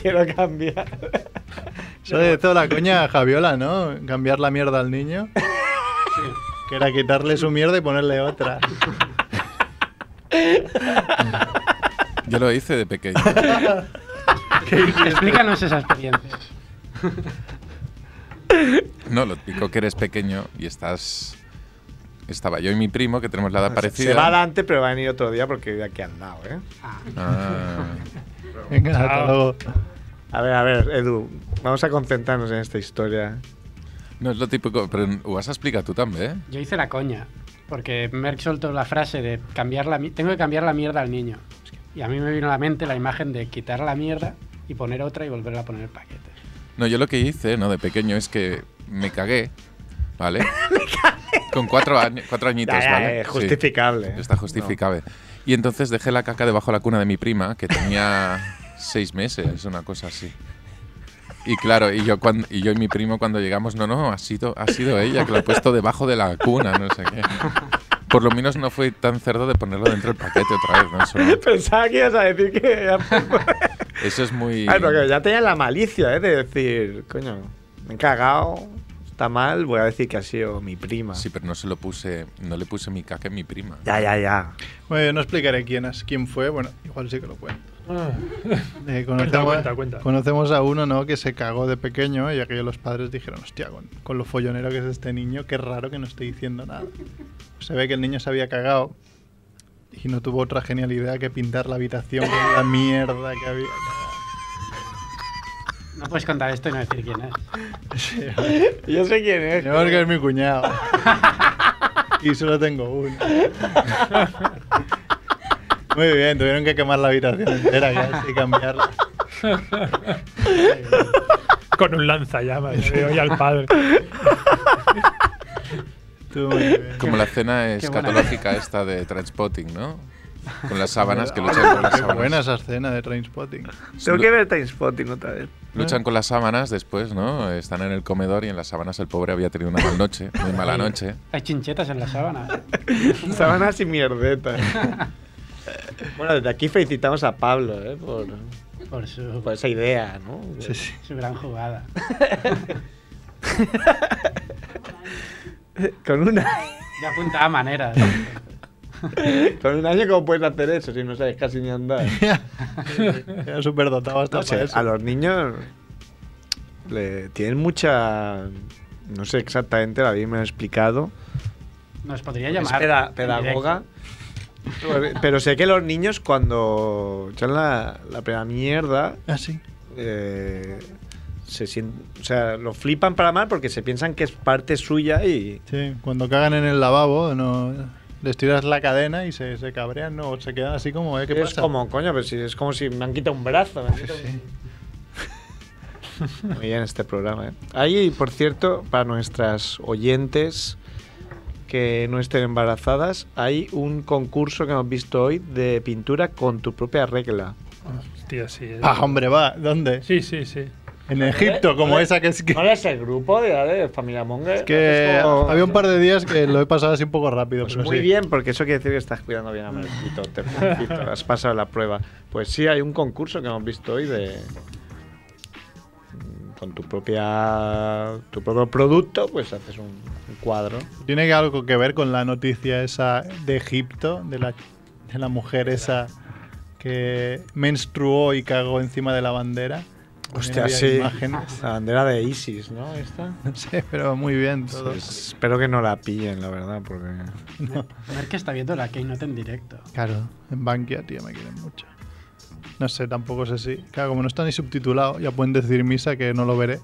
[SPEAKER 2] Quiero cambiar.
[SPEAKER 3] Eso de toda la coña a Javiola, ¿no? Cambiar la mierda al niño. Que era quitarle su mierda y ponerle otra.
[SPEAKER 4] Yo lo hice de pequeño.
[SPEAKER 1] Explícanos esa experiencia.
[SPEAKER 4] No, lo típico que eres pequeño y estás. Estaba yo y mi primo, que tenemos la edad parecida.
[SPEAKER 2] Se va adelante, pero va a venir otro día porque vive aquí al lado, ¿eh?
[SPEAKER 4] Ah,
[SPEAKER 3] Venga, hasta luego.
[SPEAKER 2] A ver, a ver, Edu, vamos a concentrarnos en esta historia.
[SPEAKER 4] no es lo típico, pero lo vas a explicar tú también. ¿eh?
[SPEAKER 1] Yo hice la coña, porque Merck soltó la frase de cambiar la mi- tengo que cambiar la mierda al niño. Y a mí me vino a la mente la imagen de quitar la mierda y poner otra y volverla a poner el paquete.
[SPEAKER 4] No, yo lo que hice, ¿no? De pequeño es que me cagué, ¿vale? Con cuatro, años, cuatro añitos,
[SPEAKER 2] Ya, ya,
[SPEAKER 4] ¿vale?
[SPEAKER 2] eh,
[SPEAKER 4] Sí.
[SPEAKER 2] justificable.
[SPEAKER 4] Está justificable. Y entonces dejé la caca debajo de la cuna de mi prima, que tenía seis meses, una cosa así. Y claro, y yo, cuando, y yo y mi primo cuando llegamos, no, no, ha sido, ha sido ella que lo ha puesto debajo de la cuna, no sé qué. Por lo menos no fue tan cerdo de ponerlo dentro del paquete otra vez, ¿no? Eso, no-
[SPEAKER 2] Pensaba que ibas a decir que. ya-
[SPEAKER 4] eso es muy...
[SPEAKER 2] Ay, porque Ah, ya tenía la malicia, ¿eh? De decir, coño, me he cagado, está mal, voy a decir que ha sido mi prima.
[SPEAKER 4] Sí, pero no se lo puse, no le puse mi caca a mi prima.
[SPEAKER 2] Ya, ya, ya.
[SPEAKER 3] Bueno, yo no explicaré quién, es, quién fue, bueno, igual sí que lo cuento.
[SPEAKER 7] Ah.
[SPEAKER 3] Eh,
[SPEAKER 7] Cuenta,
[SPEAKER 3] conocemos,
[SPEAKER 7] cuenta, cuenta.
[SPEAKER 3] conocemos a uno, ¿no? Que se cagó de pequeño y aquellos los padres dijeron, hostia, con, con lo follonero que es este niño, qué raro que no esté diciendo nada. Se ve que el niño se había cagado y no tuvo otra genial idea que pintar la habitación con la mierda que había.
[SPEAKER 1] No puedes contar esto y no decir quién es.
[SPEAKER 2] Yo sé quién es.
[SPEAKER 3] Tenemos que es mi cuñado. Y solo tengo uno. Muy bien, tuvieron que quemar la habitación entera casi y cambiarla.
[SPEAKER 7] Con un lanzallamas. Le veo ya al padre.
[SPEAKER 3] Estuvo muy bien.
[SPEAKER 4] Como la cena
[SPEAKER 1] Qué buena.
[SPEAKER 4] escatológica esta de Transpotting, ¿no? Con las sábanas que luchan con las
[SPEAKER 3] Ah, Qué
[SPEAKER 4] sábanas.
[SPEAKER 3] buena esa escena de Trainspotting.
[SPEAKER 2] Tengo que ver Timespotting otra vez.
[SPEAKER 4] Luchan con las sábanas después, ¿no? Están en el comedor y en las sábanas el pobre había tenido una mala noche, muy mala noche.
[SPEAKER 1] Hay chinchetas en la sábana.
[SPEAKER 2] Sábanas y mierdetas. bueno, desde aquí felicitamos a Pablo ¿eh? por,
[SPEAKER 1] Por su,
[SPEAKER 2] por esa idea, ¿no?
[SPEAKER 3] Sí, sí.
[SPEAKER 1] su gran jugada.
[SPEAKER 2] Con, un
[SPEAKER 1] Ya apuntaba maneras.
[SPEAKER 2] año- con un año, ¿cómo puedes hacer eso si no sabes casi ni andar?
[SPEAKER 3] Era súper dotado hasta
[SPEAKER 2] No sé,
[SPEAKER 3] para eso.
[SPEAKER 2] a los niños le tienen mucha. No sé exactamente, la bien me lo ha explicado.
[SPEAKER 1] Nos podría
[SPEAKER 2] Pues Es
[SPEAKER 1] llamar.
[SPEAKER 2] peda-
[SPEAKER 1] en
[SPEAKER 2] pedagoga. Pero sé que los niños cuando echan la, la primera mierda,
[SPEAKER 3] Ah, sí.
[SPEAKER 2] eh, se sien- o sea, lo flipan para mal porque se piensan que es parte suya y...
[SPEAKER 3] Sí, cuando cagan en el lavabo, no, les tiras la cadena y se, se cabrean, ¿no? O se quedan así como, ¿eh? ¿Qué
[SPEAKER 2] es
[SPEAKER 3] pasa?
[SPEAKER 2] como, coño, pero si, es como si me han quitado un brazo. me han quitado un-
[SPEAKER 3] Sí.
[SPEAKER 2] Muy bien este programa, ¿eh? Ahí, por cierto, para nuestras oyentes que no estén embarazadas, hay un concurso que hemos visto hoy de pintura con tu propia regla.
[SPEAKER 7] Hostia, sí. eh.
[SPEAKER 3] Ah, hombre, va, ¿dónde?
[SPEAKER 7] Sí, sí, sí.
[SPEAKER 3] En Egipto, como
[SPEAKER 2] Vale.
[SPEAKER 3] esa que es que...
[SPEAKER 2] ¿No era ese grupo de, de Familia Monger?
[SPEAKER 3] que
[SPEAKER 2] Es como-
[SPEAKER 3] había un par de días que lo he pasado así un poco rápido.
[SPEAKER 2] Pues
[SPEAKER 3] pero
[SPEAKER 2] muy
[SPEAKER 3] sí.
[SPEAKER 2] bien, porque eso quiere decir que estás cuidando bien a Marquito, te felicito, has pasado la prueba. Pues sí, hay un concurso que hemos visto hoy de mm, con tu propia tu propio producto, pues haces un, un cuadro.
[SPEAKER 3] Tiene que algo que ver con la noticia esa de Egipto, de la, de la mujer esa que menstruó y cagó encima de la bandera. También
[SPEAKER 2] Hostia,
[SPEAKER 3] había
[SPEAKER 2] sí.
[SPEAKER 3] imágenes.
[SPEAKER 2] La bandera de ISIS, ¿no? Esta.
[SPEAKER 3] No sé, pero muy bien todo.
[SPEAKER 2] Pues espero que no la pillen, la verdad, porque
[SPEAKER 1] directo. Merck está viendo la Keynote en directo.
[SPEAKER 3] Claro, en Bankia, tío, me quieren mucho. No sé, tampoco sé si. Claro, como no está ni subtitulado, ya pueden decir misa que no lo veré.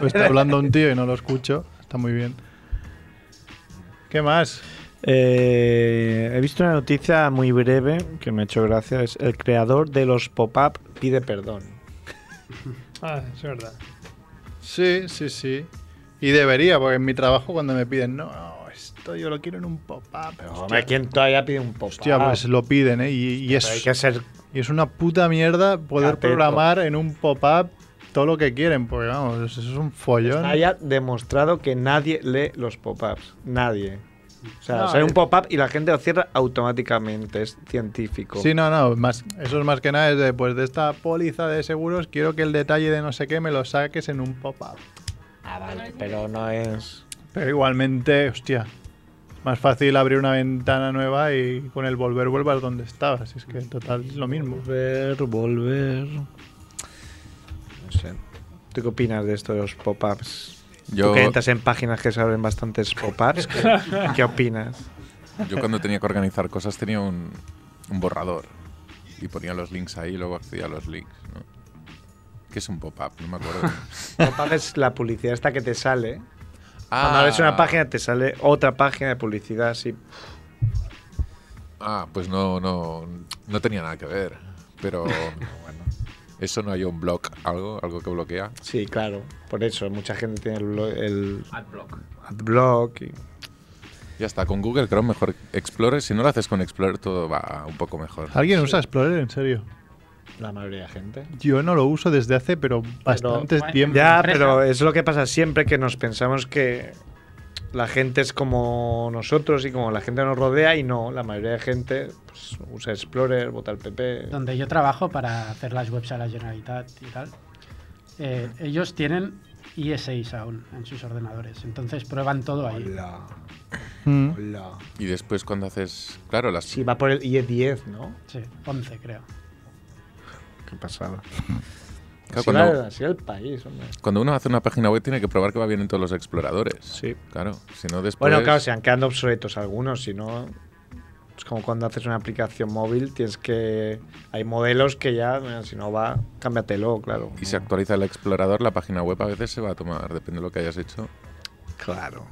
[SPEAKER 3] O está hablando un tío y no lo escucho. Está muy bien. ¿Qué más?
[SPEAKER 2] Eh, he visto una noticia muy breve que me ha hecho gracia, es el creador de los pop-up pide perdón.
[SPEAKER 7] Ah, es verdad.
[SPEAKER 3] Sí, sí, sí. Y debería, porque en mi trabajo cuando me piden, no, no, esto yo lo quiero en un pop-up.
[SPEAKER 2] Hombre, ¿quién todavía pide un pop-up?
[SPEAKER 3] Hostia, pues lo piden, ¿eh? Y, y
[SPEAKER 2] Pero hay
[SPEAKER 3] es,
[SPEAKER 2] que ser
[SPEAKER 3] y es una puta mierda poder
[SPEAKER 2] Cateto.
[SPEAKER 3] programar en un pop-up todo lo que quieren, porque vamos, eso es un follón.
[SPEAKER 2] Está ya demostrado que nadie lee los pop-ups. Nadie. O sea,
[SPEAKER 3] No,
[SPEAKER 2] sale un
[SPEAKER 3] es-
[SPEAKER 2] pop-up y la gente lo cierra automáticamente. Es científico.
[SPEAKER 3] Sí, no, no, más, eso es más que nada es de, pues, de esta póliza de seguros, quiero que el detalle de no sé qué me lo saques en un pop-up.
[SPEAKER 2] Ah, vale, pero no es.
[SPEAKER 3] Pero igualmente, hostia, es más fácil abrir una ventana nueva y con el volver vuelvas donde estabas, es que en total es lo mismo.
[SPEAKER 2] Volver, volver. No sé. ¿Tú qué opinas de esto de los pop-ups?
[SPEAKER 4] Yo,
[SPEAKER 2] Tú que entras en páginas que se abren bastantes pop-ups. ¿Qué, qué opinas?
[SPEAKER 4] yo cuando tenía que organizar cosas tenía un, un borrador y ponía los links ahí y luego accedía a los links, ¿no? ¿Qué es un pop-up? No me acuerdo.
[SPEAKER 2] Pop-up es la publicidad esta que te sale. Cuando
[SPEAKER 4] Ah,
[SPEAKER 2] abres una página, te sale otra página de publicidad así.
[SPEAKER 4] Ah, pues no, no, no tenía nada que ver. Pero eso no hay un blog, algo, algo que bloquea.
[SPEAKER 2] Sí, claro. Por eso, mucha gente tiene el, blo- el
[SPEAKER 6] Adblock.
[SPEAKER 2] adblock y.
[SPEAKER 4] Ya está, con Google Chrome mejor Explorer. Si no lo haces con Explorer todo va un poco mejor.
[SPEAKER 3] ¿Alguien usa Explorer en serio?
[SPEAKER 2] La mayoría de gente.
[SPEAKER 3] Yo no lo uso desde hace, pero bastante
[SPEAKER 1] bueno,
[SPEAKER 3] tiempo.
[SPEAKER 2] Ya,
[SPEAKER 1] Empresa.
[SPEAKER 2] pero es lo que pasa siempre que nos pensamos que la gente es como nosotros y como la gente nos rodea y no, la mayoría de gente pues, usa Explorer, vota al PP.
[SPEAKER 1] donde yo trabajo para hacer las webs a la Generalitat y tal, eh, ellos tienen IE6 aún en sus ordenadores. Entonces prueban todo ahí.
[SPEAKER 2] Hola,
[SPEAKER 3] Mm.
[SPEAKER 2] hola.
[SPEAKER 4] Y después cuando haces, claro, las
[SPEAKER 2] Sí, va por el IE10, ¿no?
[SPEAKER 1] Sí, 11 creo.
[SPEAKER 2] Qué pasada.
[SPEAKER 4] claro,
[SPEAKER 2] Así,
[SPEAKER 4] cuando,
[SPEAKER 2] va- así va el país, hombre.
[SPEAKER 4] cuando uno hace una página web tiene que probar que va bien en todos los exploradores.
[SPEAKER 2] Sí.
[SPEAKER 4] Claro, si no después
[SPEAKER 2] Bueno, claro, se han quedado obsoletos algunos, si no. Es como cuando haces una aplicación móvil, tienes que. Hay modelos que ya, mira, si no va, cámbiatelo, claro.
[SPEAKER 4] y se actualiza el explorador, la página web a veces se va a tomar, depende de lo que hayas hecho.
[SPEAKER 2] Claro.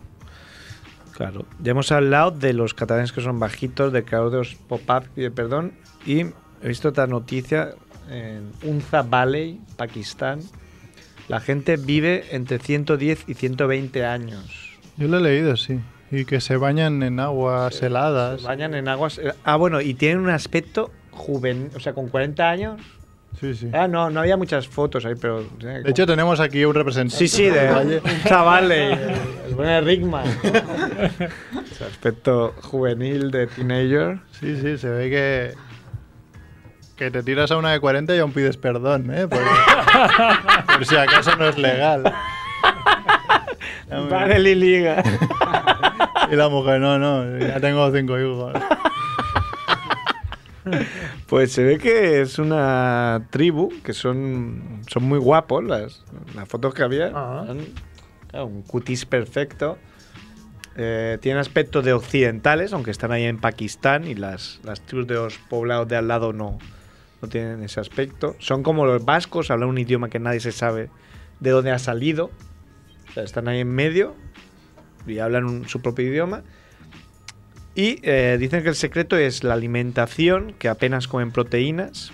[SPEAKER 2] Claro. Ya hemos hablado de los catalanes que son bajitos, de creador de los pop-up y de perdón. Y he visto otra noticia en Unza Valley, Pakistán. La gente vive entre 110 y 120 años.
[SPEAKER 3] Yo lo he leído, sí. Y que se bañan en aguas heladas.
[SPEAKER 2] Se bañan en aguas. Ah, bueno, y tienen un aspecto juvenil. O sea, con 40 años.
[SPEAKER 3] Sí, sí.
[SPEAKER 2] Ah, no, no había muchas fotos ahí, pero.
[SPEAKER 3] De hecho, tenemos aquí un representante.
[SPEAKER 2] sí, sí, de
[SPEAKER 3] Valle.
[SPEAKER 2] un chaval. eh, El, el buen Rickman. Ese aspecto juvenil de teenager.
[SPEAKER 3] Sí, sí, se ve que. Que te tiras a una de 40 y aún pides perdón, ¿eh? Por, por si acaso no es legal.
[SPEAKER 2] Vale, Liliga.
[SPEAKER 3] Y la mujer, no, no, ya tengo cinco hijos.
[SPEAKER 2] Pues se ve que es una tribu que son, son muy guapos las, las fotos que había.
[SPEAKER 7] Ah.
[SPEAKER 2] Son, claro, un cutis perfecto. Eh, tienen aspecto de occidentales, aunque están ahí en Pakistán y las, las tribus de los poblados de al lado no, no tienen ese aspecto. Son como los vascos, hablan un idioma que nadie se sabe de dónde ha salido. O sea, están ahí en medio y hablan un- su propio idioma. Y eh, dicen que el secreto es la alimentación, que apenas comen proteínas,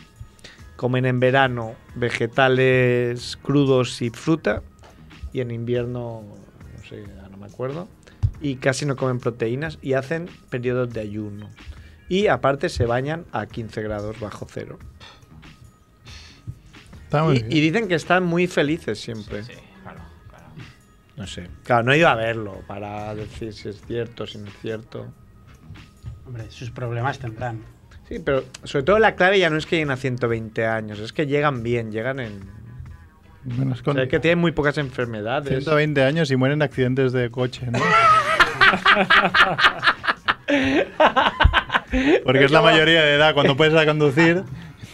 [SPEAKER 2] comen en verano vegetales crudos y fruta, y en invierno, no sé, ya no me acuerdo, y casi no comen proteínas y hacen periodos de ayuno. Y aparte se bañan a 15 grados bajo cero.
[SPEAKER 3] Está Ah, muy
[SPEAKER 2] Y, y
[SPEAKER 3] bien.
[SPEAKER 2] dicen que están muy felices siempre.
[SPEAKER 6] Sí, claro, claro.
[SPEAKER 2] No sé. Claro, no he ido a verlo para decir si es cierto, si no es cierto.
[SPEAKER 1] Hombre, sus problemas tendrán.
[SPEAKER 2] Sí, pero sobre todo la clave ya no es que lleguen a 120 años, es que llegan bien, llegan en...
[SPEAKER 3] Menos
[SPEAKER 2] O
[SPEAKER 3] con
[SPEAKER 2] sea, que tienen muy pocas enfermedades.
[SPEAKER 3] 120 años y mueren en accidentes de coche, ¿no? Porque es la mayoría de edad. Cuando puedes a conducir,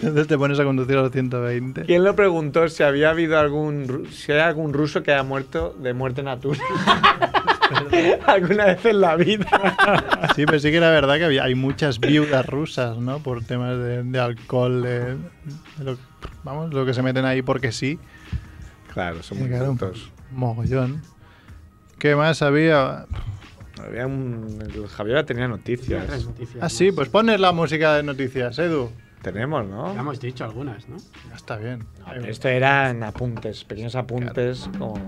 [SPEAKER 3] entonces te pones a conducir a los 120.
[SPEAKER 2] ¿Quién lo preguntó si había habido algún ru- si hay algún ruso que haya muerto de muerte natural? Alguna vez en la vida.
[SPEAKER 3] Sí, pero sí que era verdad que había, hay muchas viudas rusas, ¿no? Por temas de, de alcohol, de, de lo, vamos, lo que se meten ahí porque sí.
[SPEAKER 2] Claro, son
[SPEAKER 3] Y claro, mogollón. ¿Qué más había?
[SPEAKER 2] Había un... el Javier tenía
[SPEAKER 1] Tiene otras
[SPEAKER 2] noticias.
[SPEAKER 1] noticias
[SPEAKER 3] Ah, sí,
[SPEAKER 1] más.
[SPEAKER 3] pues pones la música de noticias, Edu.
[SPEAKER 2] Tenemos,
[SPEAKER 1] Ya
[SPEAKER 2] ¿no?
[SPEAKER 1] hemos dicho algunas, ¿no?
[SPEAKER 3] Ya está bien.
[SPEAKER 2] No, pero esto eran apuntes, pequeños apuntes como...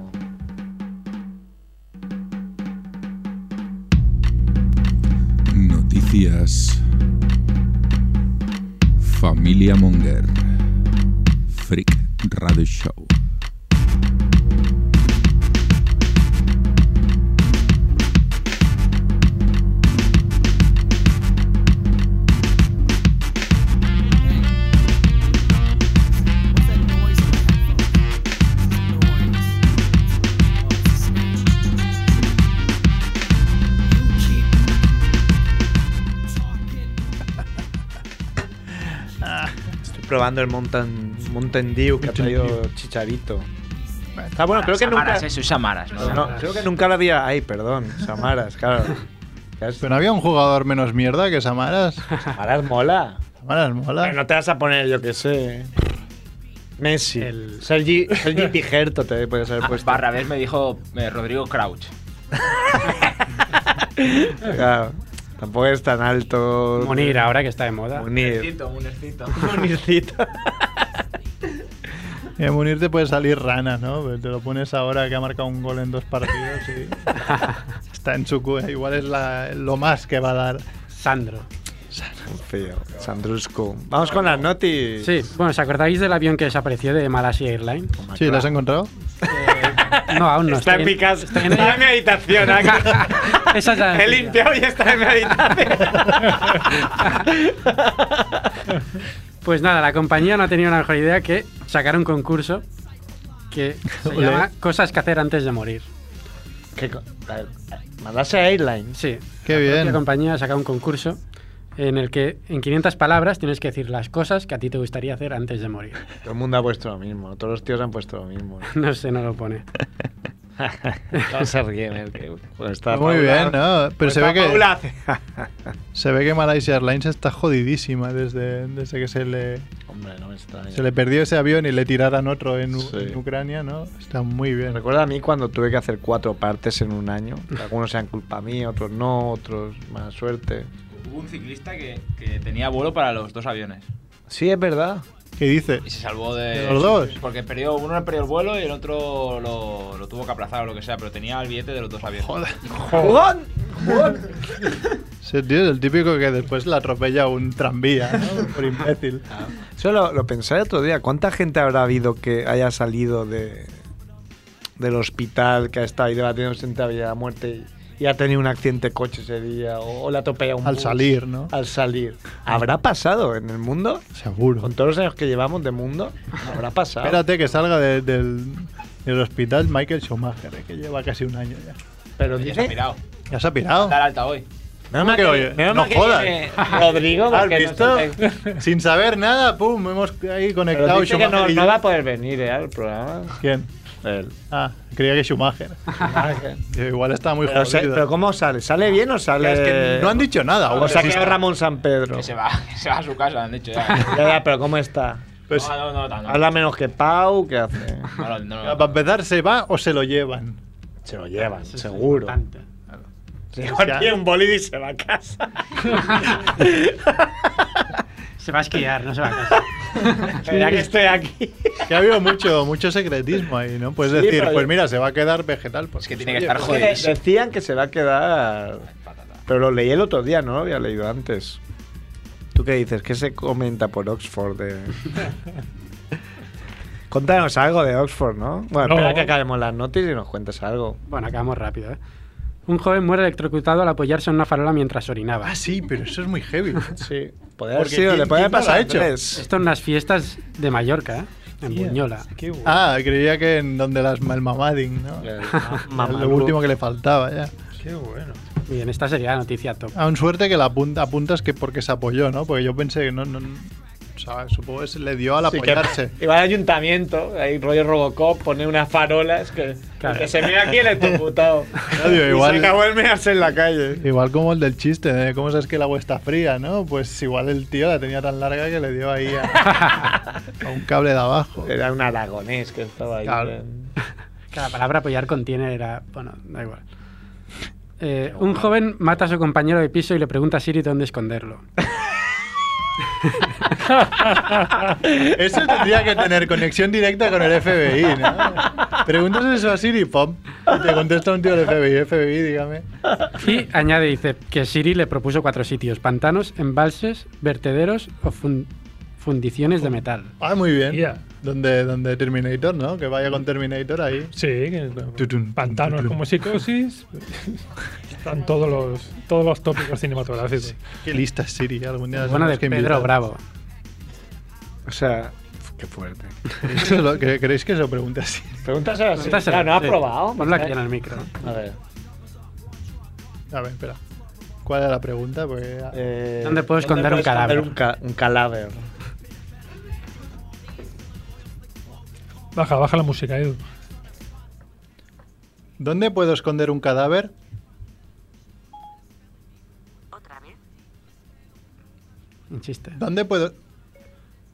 [SPEAKER 4] Noticias. Familia Monger. Freak Radio Show.
[SPEAKER 2] Estoy probando el Mountain, Mountain Dew que ha traído Chicharito. Está bueno, creo que nunca.
[SPEAKER 6] Samaras, eh, sus Samaras, ¿no?
[SPEAKER 2] No, creo que nunca lo había. Ay, perdón, Samaras, claro.
[SPEAKER 3] Pero no había un jugador menos mierda que Samaras.
[SPEAKER 2] Samaras mola.
[SPEAKER 3] Samaras mola.
[SPEAKER 2] Pero no te vas a poner, yo que sé. Messi.
[SPEAKER 1] El-
[SPEAKER 2] Sergi, Sergi Pijerto te puedes haber
[SPEAKER 6] Ah,
[SPEAKER 2] puesto.
[SPEAKER 6] Barra vez me dijo eh, Rodrigo Crouch.
[SPEAKER 2] Claro. Tampoco es tan alto.
[SPEAKER 1] Munir, ahora que está de moda.
[SPEAKER 3] Eh,
[SPEAKER 2] Munir.
[SPEAKER 6] un escito.
[SPEAKER 2] Munircito.
[SPEAKER 3] Y en Munir te puede salir rana, ¿no? Pero Te lo pones ahora que ha marcado un gol en dos partidos y está en su cueva. Igual es la- lo más que va a dar.
[SPEAKER 1] Sandro.
[SPEAKER 2] Feo. Sandrusco. Vamos con las notis.
[SPEAKER 1] Sí, bueno, ¿os acordáis del avión que desapareció de Malasia Airlines?
[SPEAKER 3] Sí, ¿lo has encontrado?
[SPEAKER 1] No, aún no.
[SPEAKER 2] Está en mi casa.
[SPEAKER 1] estoy en-
[SPEAKER 2] Está en mi habitación. Ángel.
[SPEAKER 1] Esa es la
[SPEAKER 2] He
[SPEAKER 1] noticia.
[SPEAKER 2] limpiado y está en mi habitación.
[SPEAKER 1] Pues nada, la compañía no ha tenido una mejor idea que sacar un concurso que se
[SPEAKER 3] Ole.
[SPEAKER 1] llama Cosas que hacer antes de morir.
[SPEAKER 2] ¿Qué co- a ver, Mandase a Airlines.
[SPEAKER 1] Sí.
[SPEAKER 3] Qué
[SPEAKER 1] la
[SPEAKER 3] bien.
[SPEAKER 1] propia compañía ha sacado un concurso en el que en 500 palabras tienes que decir las cosas que a ti te gustaría hacer antes de morir.
[SPEAKER 2] Todo el mundo ha puesto lo mismo. Todos los tíos han puesto lo mismo.
[SPEAKER 1] No sé, no lo pone.
[SPEAKER 2] Todos se ríen. ¿eh? Que, pues, está
[SPEAKER 3] Muy
[SPEAKER 2] Paula-
[SPEAKER 3] bien, ¿no? Pero
[SPEAKER 2] pues
[SPEAKER 3] se
[SPEAKER 2] está
[SPEAKER 3] ve que
[SPEAKER 2] Paula hace-
[SPEAKER 3] se ve que Malaysia Airlines está jodidísima desde, desde que se le,
[SPEAKER 2] Hombre, no me extraña.
[SPEAKER 3] se le perdió ese avión y le tiraran otro en, U-
[SPEAKER 2] Sí.
[SPEAKER 3] en Ucrania, ¿no? Está muy
[SPEAKER 2] Me
[SPEAKER 3] bien.
[SPEAKER 2] recuerda a mí cuando tuve que hacer cuatro partes en un año. Algunos sean culpa mía, otros no, otros mala suerte.
[SPEAKER 6] Hubo un ciclista que, que tenía vuelo para los dos aviones.
[SPEAKER 2] Sí, es verdad.
[SPEAKER 3] ¿Qué dice?
[SPEAKER 6] Y se salvó de.
[SPEAKER 3] ¿De los dos?
[SPEAKER 6] Porque perdió, uno perdió el vuelo y el otro lo, lo tuvo que aplazar o lo que sea, pero tenía el billete de los dos aviones. Joder.
[SPEAKER 2] ¡Jugón! ¡Jugón!
[SPEAKER 3] Ese tío es el típico que después le atropella un tranvía, ¿no? Por imbécil.
[SPEAKER 2] Eso lo, lo pensé el otro día. ¿Cuánta gente habrá habido que haya salido de, del hospital, que ha estado ahí debatiendo sentado y a muerte y, y ha tenido un accidente de coche ese día o, o le ha atropellado un
[SPEAKER 3] Al
[SPEAKER 2] bus?
[SPEAKER 3] salir, ¿no?
[SPEAKER 2] Al salir. ¿Habrá pasado en el mundo?
[SPEAKER 3] Seguro.
[SPEAKER 2] Con todos los años que llevamos de mundo, habrá pasado.
[SPEAKER 3] Espérate que salga de- del, del hospital Michael Schumacher, eh, que lleva casi un año ya.
[SPEAKER 2] Pero
[SPEAKER 6] Y se ha
[SPEAKER 2] dice...
[SPEAKER 6] pirado.
[SPEAKER 3] Ya se ha pirado.
[SPEAKER 6] Dar alta hoy.
[SPEAKER 2] Menos
[SPEAKER 3] No
[SPEAKER 2] mal
[SPEAKER 3] que oye,
[SPEAKER 2] menos
[SPEAKER 3] no
[SPEAKER 2] mal que
[SPEAKER 3] jodas.
[SPEAKER 2] viene Rodrigo,
[SPEAKER 3] ¿Has
[SPEAKER 2] porque no
[SPEAKER 3] visto?
[SPEAKER 2] se-
[SPEAKER 3] Sin saber nada, pum, hemos ahí
[SPEAKER 2] Pero
[SPEAKER 3] conectado
[SPEAKER 2] dice que no,
[SPEAKER 3] y
[SPEAKER 2] no
[SPEAKER 3] yo.
[SPEAKER 2] va a poder venir eh, al programa.
[SPEAKER 3] ¿Quién?
[SPEAKER 2] Él.
[SPEAKER 3] Ah, creía que Schumacher. Yo igual está muy
[SPEAKER 2] Pero, se-
[SPEAKER 3] jodido.
[SPEAKER 2] pero ¿cómo sale? ¿Sale bien o sale.?
[SPEAKER 3] Es que no han dicho nada.
[SPEAKER 2] O sea, que es
[SPEAKER 3] existe.
[SPEAKER 2] Ramón San Pedro.
[SPEAKER 6] Que se va, que se va a su casa, han dicho ya.
[SPEAKER 2] Ya, ya, pero ¿cómo está?
[SPEAKER 3] Pues,
[SPEAKER 6] no, no, no, no, no.
[SPEAKER 2] Habla menos que Pau, ¿qué hace?
[SPEAKER 6] No, no, no, no.
[SPEAKER 3] Para empezar, ¿se va o se lo llevan?
[SPEAKER 2] Se lo llevan,
[SPEAKER 1] Eso es
[SPEAKER 2] seguro.
[SPEAKER 1] importante.
[SPEAKER 2] Se consigue un bolígrafo y se va a casa.
[SPEAKER 1] Se va a esquiar, no se va a casa.
[SPEAKER 2] Mira que estoy aquí.
[SPEAKER 3] Que ha habido mucho, mucho secretismo ahí, ¿no? Puedes
[SPEAKER 2] Sí,
[SPEAKER 3] decir,
[SPEAKER 2] pero-
[SPEAKER 3] pues mira, se va a quedar vegetal. Pues,
[SPEAKER 6] Es que tiene que
[SPEAKER 3] oye,
[SPEAKER 6] estar
[SPEAKER 3] pues,
[SPEAKER 6] jodido.
[SPEAKER 2] Decían que se va a quedar. Pero lo leí el otro día, no lo había leído antes. ¿Tú qué dices? ¿Qué se comenta por Oxford? de- Contanos algo de Oxford, ¿no? Bueno,
[SPEAKER 7] No.
[SPEAKER 2] espera que acabemos las noticias y nos cuentes algo.
[SPEAKER 1] Bueno, acabamos rápido, ¿eh? Un joven muere electrocutado al apoyarse en una farola mientras orinaba.
[SPEAKER 3] Ah, sí, pero eso es muy heavy.
[SPEAKER 2] Sí. Podría haber
[SPEAKER 3] Porque
[SPEAKER 2] sido, le
[SPEAKER 3] ¿quién-
[SPEAKER 2] podría
[SPEAKER 3] quién no lo
[SPEAKER 2] pasar
[SPEAKER 3] ha hecho?
[SPEAKER 2] tres.
[SPEAKER 1] Esto en las fiestas de Mallorca, ¿eh? En Buñola.
[SPEAKER 7] Qué bueno.
[SPEAKER 3] Ah, creía que en donde las el mamading, ¿no?
[SPEAKER 2] El-
[SPEAKER 3] Era
[SPEAKER 2] Mamalu.
[SPEAKER 3] Lo último que le faltaba ya.
[SPEAKER 7] Qué bueno.
[SPEAKER 1] Bien, esta sería la noticia top.
[SPEAKER 3] Aún suerte que la apunta, apuntas que porque se apoyó, ¿no? Porque yo pensé que no. no o sea, supongo que se le dio al
[SPEAKER 2] Sí,
[SPEAKER 3] Ah, apoyarse.
[SPEAKER 2] que- Igual ayuntamiento, ahí rollo Robocop, pone unas farolas que,
[SPEAKER 1] Claro.
[SPEAKER 2] que se mira aquí el electrocutado.
[SPEAKER 3] Claro, digo, igual-
[SPEAKER 2] Y se acabó el mearse en la calle.
[SPEAKER 3] Igual como el del chiste, de ¿cómo sabes que el agua está fría, no? Pues igual el tío la tenía tan larga que le dio ahí a, a un cable de abajo.
[SPEAKER 2] Era un aragonés que estaba ahí.
[SPEAKER 3] Claro.
[SPEAKER 2] en-
[SPEAKER 1] Cada palabra apoyar contiene era. Bueno, da igual. Eh, un joven mata a su compañero de piso y le pregunta a Siri dónde esconderlo.
[SPEAKER 3] Eso tendría que tener conexión directa con el FBI, ¿no? Preguntas eso a Siri, pop, y te contesta un tío del FBI, FBI, dígame.
[SPEAKER 1] Y añade, dice, que Siri le propuso cuatro sitios: pantanos, embalses, vertederos o fun- fundiciones de metal.
[SPEAKER 3] Ah, muy bien.
[SPEAKER 7] Ya.
[SPEAKER 3] Donde, donde Terminator, ¿no? Que vaya con Terminator ahí.
[SPEAKER 7] Sí, que
[SPEAKER 3] Tutum,
[SPEAKER 7] pantanos
[SPEAKER 3] tutum.
[SPEAKER 7] como psicosis. Están todos los, todos los tópicos cinematográficos.
[SPEAKER 3] Qué lista es Siri, algún día la
[SPEAKER 1] Bueno, de
[SPEAKER 3] tenemos que
[SPEAKER 1] Pedro
[SPEAKER 3] invitar.
[SPEAKER 1] Bravo.
[SPEAKER 2] O sea, qué fuerte.
[SPEAKER 3] ¿Creéis que se lo- cre- ¿Creéis que se lo pregunte a Siri?
[SPEAKER 2] Preguntas a
[SPEAKER 1] Cuéntaselo,
[SPEAKER 2] no ha
[SPEAKER 1] sí.
[SPEAKER 2] probado. ¿eh?
[SPEAKER 1] Ponlo aquí en el micro.
[SPEAKER 2] A ver.
[SPEAKER 3] A ver, espera. ¿Cuál era la pregunta? Pues, Porque...
[SPEAKER 2] eh,
[SPEAKER 1] ¿Dónde puedo esconder un cadáver?
[SPEAKER 2] Un, ca- un cadáver.
[SPEAKER 7] Baja, baja la música, Edu.
[SPEAKER 3] ¿Dónde puedo esconder un cadáver?
[SPEAKER 1] Un chiste.
[SPEAKER 3] ¿Dónde puedo,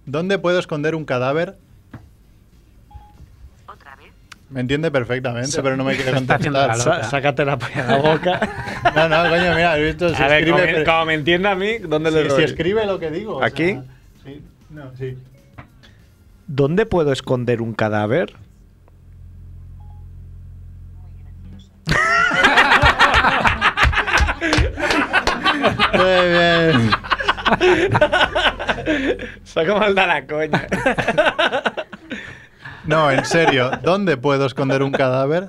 [SPEAKER 3] ¿Dónde puedo esconder un cadáver? ¿Otra vez? Me entiende perfectamente, pero no me quiere
[SPEAKER 1] está haciendo
[SPEAKER 3] contestar.
[SPEAKER 1] la
[SPEAKER 2] Sa-
[SPEAKER 1] loca.
[SPEAKER 2] sácate la polla de la boca.
[SPEAKER 3] No, no, coño, mira, has visto. Si
[SPEAKER 2] a ver, como,
[SPEAKER 3] escribe,
[SPEAKER 2] me- como me entienda a mí, ¿dónde le
[SPEAKER 3] si-
[SPEAKER 2] doy?
[SPEAKER 3] si escribe lo que digo. o sea,
[SPEAKER 2] ¿Aquí?
[SPEAKER 3] sí, no, sí.
[SPEAKER 2] ¿Dónde puedo esconder un cadáver?
[SPEAKER 3] Muy bien.
[SPEAKER 2] Soy como el de la coña.
[SPEAKER 3] No, en serio, ¿dónde puedo esconder un cadáver?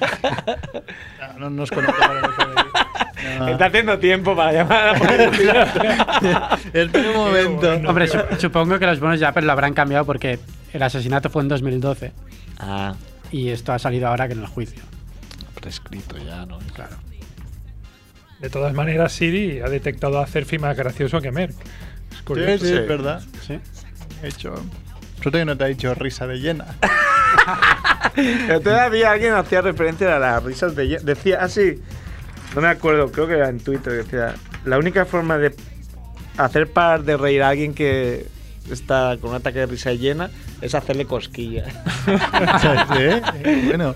[SPEAKER 3] Ah, No nos conectamos al FBI. No.
[SPEAKER 2] Está haciendo tiempo para llamar a la policía.
[SPEAKER 3] Espera un momento.
[SPEAKER 1] Hombre, su- supongo que los bonos ya lo habrán cambiado porque el asesinato fue en 2012
[SPEAKER 2] ah,
[SPEAKER 1] y esto ha salido ahora que en el juicio.
[SPEAKER 2] prescrito ya, ¿no? Claro.
[SPEAKER 7] De todas maneras, Siri ha detectado a Cerfi más gracioso que Merck. Es curioso.
[SPEAKER 3] Sí, sí, es verdad.
[SPEAKER 1] ¿Sí?
[SPEAKER 3] He hecho. Suerte que no te ha dicho risa de llena.
[SPEAKER 2] Pero todavía alguien hacía referencia a las risas de... Ye- Decía así... no me acuerdo, creo que era en Twitter, decía... La única forma de hacer parar de reír a alguien que está con un ataque de risa llena es hacerle cosquillas.
[SPEAKER 3] ¿Sabes? ¿Eh? Bueno,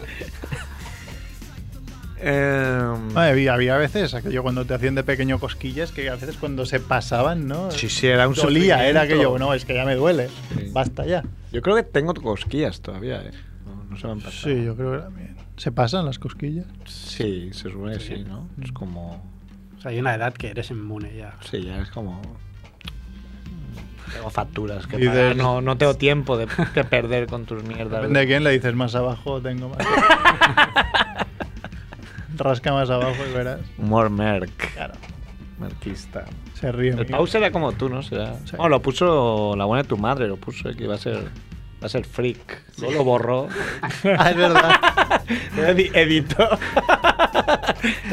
[SPEAKER 2] Em,
[SPEAKER 3] No, había, había veces, aquello cuando te hacían de pequeño cosquillas, que a veces cuando se pasaban, ¿no?
[SPEAKER 2] sí, sí, era un
[SPEAKER 3] Solía, era aquello,
[SPEAKER 2] sufrimiento.
[SPEAKER 3] no, es que ya me duele,
[SPEAKER 2] Sí.
[SPEAKER 3] basta ya.
[SPEAKER 2] Yo creo que tengo cosquillas todavía, ¿eh? No, no se me han pasado.
[SPEAKER 3] Sí, yo creo que también. ¿Se pasan las cosquillas?
[SPEAKER 2] Sí, se supone que sí, ¿no?
[SPEAKER 3] Mm.
[SPEAKER 2] Es como.
[SPEAKER 1] O sea, hay una edad que eres inmune ya.
[SPEAKER 2] Sí, ya es como. Tengo facturas que
[SPEAKER 3] Y
[SPEAKER 2] pagar,
[SPEAKER 3] de-
[SPEAKER 2] No, no tengo tiempo de, de perder con tus mierdas.
[SPEAKER 3] Depende de quién le dices más abajo, tengo más. Rasca más abajo y verás.
[SPEAKER 2] Humor merc.
[SPEAKER 3] Claro,
[SPEAKER 2] Merquista.
[SPEAKER 3] se ríe.
[SPEAKER 2] El
[SPEAKER 3] Miguel.
[SPEAKER 2] Pau será como tú, ¿no? Será...
[SPEAKER 3] Sí.
[SPEAKER 2] No, lo puso la buena de tu madre, lo puso que iba a ser. Va a ser freak. Luego lo borró.
[SPEAKER 3] Ah, es verdad.
[SPEAKER 2] Edi- editó.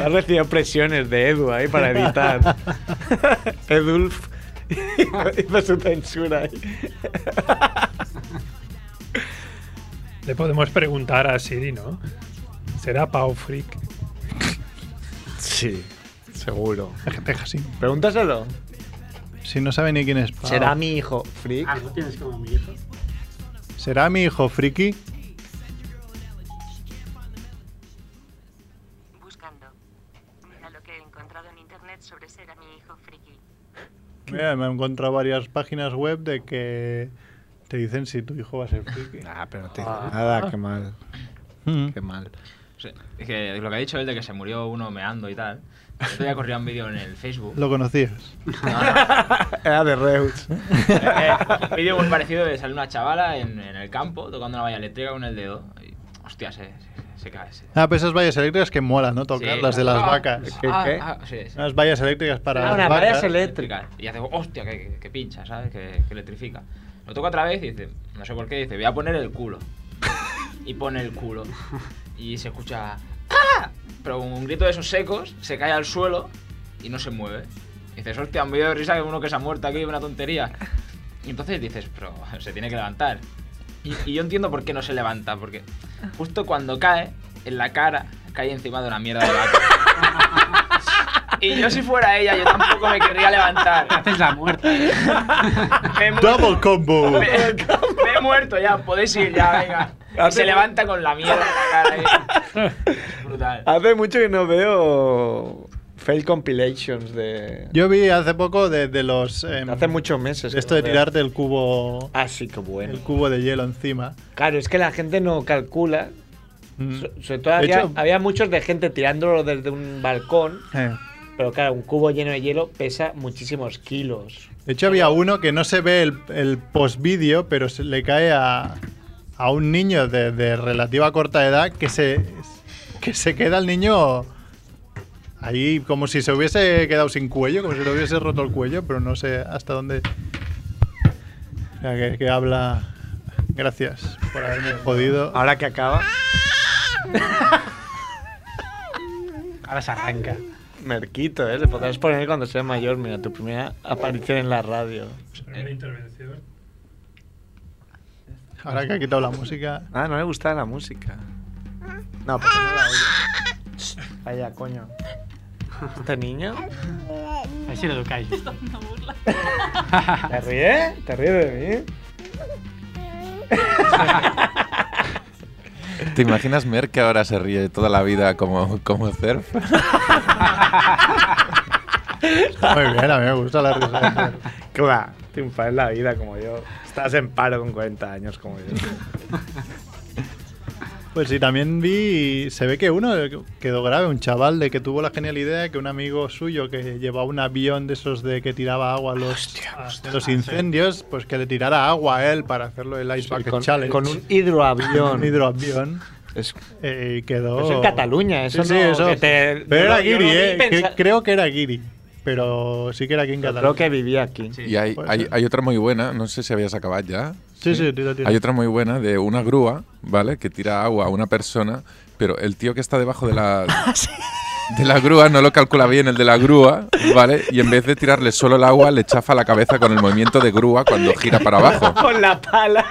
[SPEAKER 2] Has recibido presiones de Edu ahí para editar. Edulf hizo su censura ahí.
[SPEAKER 7] Le podemos preguntar a Siri, ¿no? ¿Será Pau Freak?
[SPEAKER 2] Sí, seguro.
[SPEAKER 3] Es que Texas, sí.
[SPEAKER 2] Pregúntaselo.
[SPEAKER 3] Si no sabe ni quién es Pau.
[SPEAKER 2] ¿Será mi hijo freak?
[SPEAKER 1] Ah, ¿no tienes como mi hijo?
[SPEAKER 3] ¿Será mi hijo friki?
[SPEAKER 11] Buscando. Mira lo que he encontrado en internet sobre ser a mi hijo friki.
[SPEAKER 3] Mira, me he encontrado varias páginas web de que te dicen si tu hijo va a ser friki.
[SPEAKER 2] Ah, pero no te dice nada, qué mal. Qué mal.
[SPEAKER 6] O sea, es que lo que ha dicho él de que se murió uno meando y tal. Esto ya corría un vídeo en el Facebook.
[SPEAKER 3] ¿Lo conocías?
[SPEAKER 2] Era Ah, de Reus.
[SPEAKER 6] Eh, un vídeo muy parecido de salir una chavala en, en el campo tocando una valla eléctrica con el dedo. Y, hostia, se, se, se cae. Se,
[SPEAKER 3] Ah, pues esas vallas eléctricas que mola, ¿no? Tocar
[SPEAKER 6] Sí.
[SPEAKER 3] las de las
[SPEAKER 6] Ah,
[SPEAKER 3] vacas.
[SPEAKER 2] ¿Qué,
[SPEAKER 6] ah,
[SPEAKER 2] qué?
[SPEAKER 6] ah, sí, sí.
[SPEAKER 3] Unas vallas eléctricas para
[SPEAKER 2] Ah,
[SPEAKER 3] las
[SPEAKER 2] unas vallas
[SPEAKER 3] vacas.
[SPEAKER 2] elé-
[SPEAKER 6] eléctrica. Y hace, hostia, que, que- que pincha, ¿sabes? Que, que electrifica. Lo toca otra vez y dice, no sé por qué, dice, voy a poner el culo. Y pone el culo. Y se escucha, ¡ah! Pero con un grito de esos secos, se cae al suelo y no se mueve. Y dices, hostia, un vídeo de risa que uno que se ha muerto aquí, una tontería. Y entonces dices, pero se tiene que levantar. Y, y yo entiendo por qué no se levanta, porque justo cuando cae, en la cara, cae encima de una mierda de vaca. Y yo si fuera ella, yo tampoco me querría levantar.
[SPEAKER 1] Haces la muerte.
[SPEAKER 6] Me he muerto,
[SPEAKER 3] ¡Double combo!
[SPEAKER 6] me, me he muerto ya, podéis ir ya, venga. Y se levanta con la mierda en la cara ahí. Brutal.
[SPEAKER 2] Hace mucho que no veo fail compilations de.
[SPEAKER 3] Yo vi hace poco de, de los... em,
[SPEAKER 2] Hace muchos meses. que
[SPEAKER 3] Esto
[SPEAKER 2] no
[SPEAKER 3] de
[SPEAKER 2] veo.
[SPEAKER 3] tirarte el cubo...
[SPEAKER 2] Ah, sí, qué bueno.
[SPEAKER 3] El cubo de hielo encima.
[SPEAKER 2] Claro, es que la gente no calcula.
[SPEAKER 3] Mm.
[SPEAKER 2] So- sobre todo
[SPEAKER 3] De
[SPEAKER 2] había,
[SPEAKER 3] hecho-
[SPEAKER 2] había muchos de gente tirándolo desde un balcón.
[SPEAKER 3] Eh.
[SPEAKER 2] Pero claro, un cubo lleno de hielo pesa muchísimos kilos.
[SPEAKER 3] De hecho, había uno que no se ve el, el post-vídeo, pero se le cae a, a un niño de, de relativa corta edad que se, que se queda el niño ahí como si se hubiese quedado sin cuello, como si le hubiese roto el cuello, pero no sé hasta dónde. O sea, que, que habla. Gracias por haberme jodido.
[SPEAKER 2] Ahora que acaba,
[SPEAKER 1] Ahora se arranca.
[SPEAKER 2] Merquito, ¿eh? Le podrás poner cuando sea mayor, mira, tu primera aparición en la radio.
[SPEAKER 7] Una intervención.
[SPEAKER 3] Ahora que ha quitado la música.
[SPEAKER 2] Ah, no le gustaba la música. No, porque no la oye. Vaya, coño. ¿Este niño?
[SPEAKER 1] A ver si lo educáis.
[SPEAKER 8] Una burla.
[SPEAKER 2] ¿Te ríe? ¿Te ríe de mí?
[SPEAKER 4] ¿Te imaginas Mer que ahora se ríe toda la vida como, como surf?
[SPEAKER 3] Muy bien, a mí me gusta la risa.
[SPEAKER 2] Que va, triunfar en la vida como yo. Estás en paro con 40 años como yo.
[SPEAKER 3] Pues sí, también vi, se ve que uno eh, quedó grave, un chaval de que tuvo la genial idea que un amigo suyo que llevaba un avión de esos de que tiraba agua a los, a los incendios, pues que le tirara agua a él para hacerlo el Ice Bucket
[SPEAKER 2] con,
[SPEAKER 3] Challenge.
[SPEAKER 2] con un
[SPEAKER 3] Un
[SPEAKER 2] hidroavión.
[SPEAKER 3] hidroavión.
[SPEAKER 2] Es-
[SPEAKER 3] eh, y quedó...
[SPEAKER 2] Pero eso en Cataluña, eso
[SPEAKER 3] Sí, sí,
[SPEAKER 2] no-
[SPEAKER 3] eso.
[SPEAKER 2] que te-
[SPEAKER 3] Pero
[SPEAKER 2] yo
[SPEAKER 3] era
[SPEAKER 2] lo- yo lo
[SPEAKER 3] Guiri,
[SPEAKER 2] vi
[SPEAKER 3] ¿eh? Que-
[SPEAKER 2] pensa-
[SPEAKER 3] creo que era Guiri, pero sí que era aquí en
[SPEAKER 2] Yo creo
[SPEAKER 3] Cataluña.
[SPEAKER 2] que vivía aquí.
[SPEAKER 4] Y hay,
[SPEAKER 3] puede
[SPEAKER 4] hay,
[SPEAKER 3] ser.
[SPEAKER 4] hay otra muy buena, no sé si habías acabado ya.
[SPEAKER 3] Sí, sí, tira, tira.
[SPEAKER 4] Hay otra muy buena de una grúa, ¿vale? Que tira agua a una persona, pero el tío que está debajo de la. De la grúa, no lo calcula bien el de la grúa, ¿vale? Y en vez de tirarle solo el agua, le chafa la cabeza con el movimiento de grúa cuando gira para abajo.
[SPEAKER 2] Con la pala.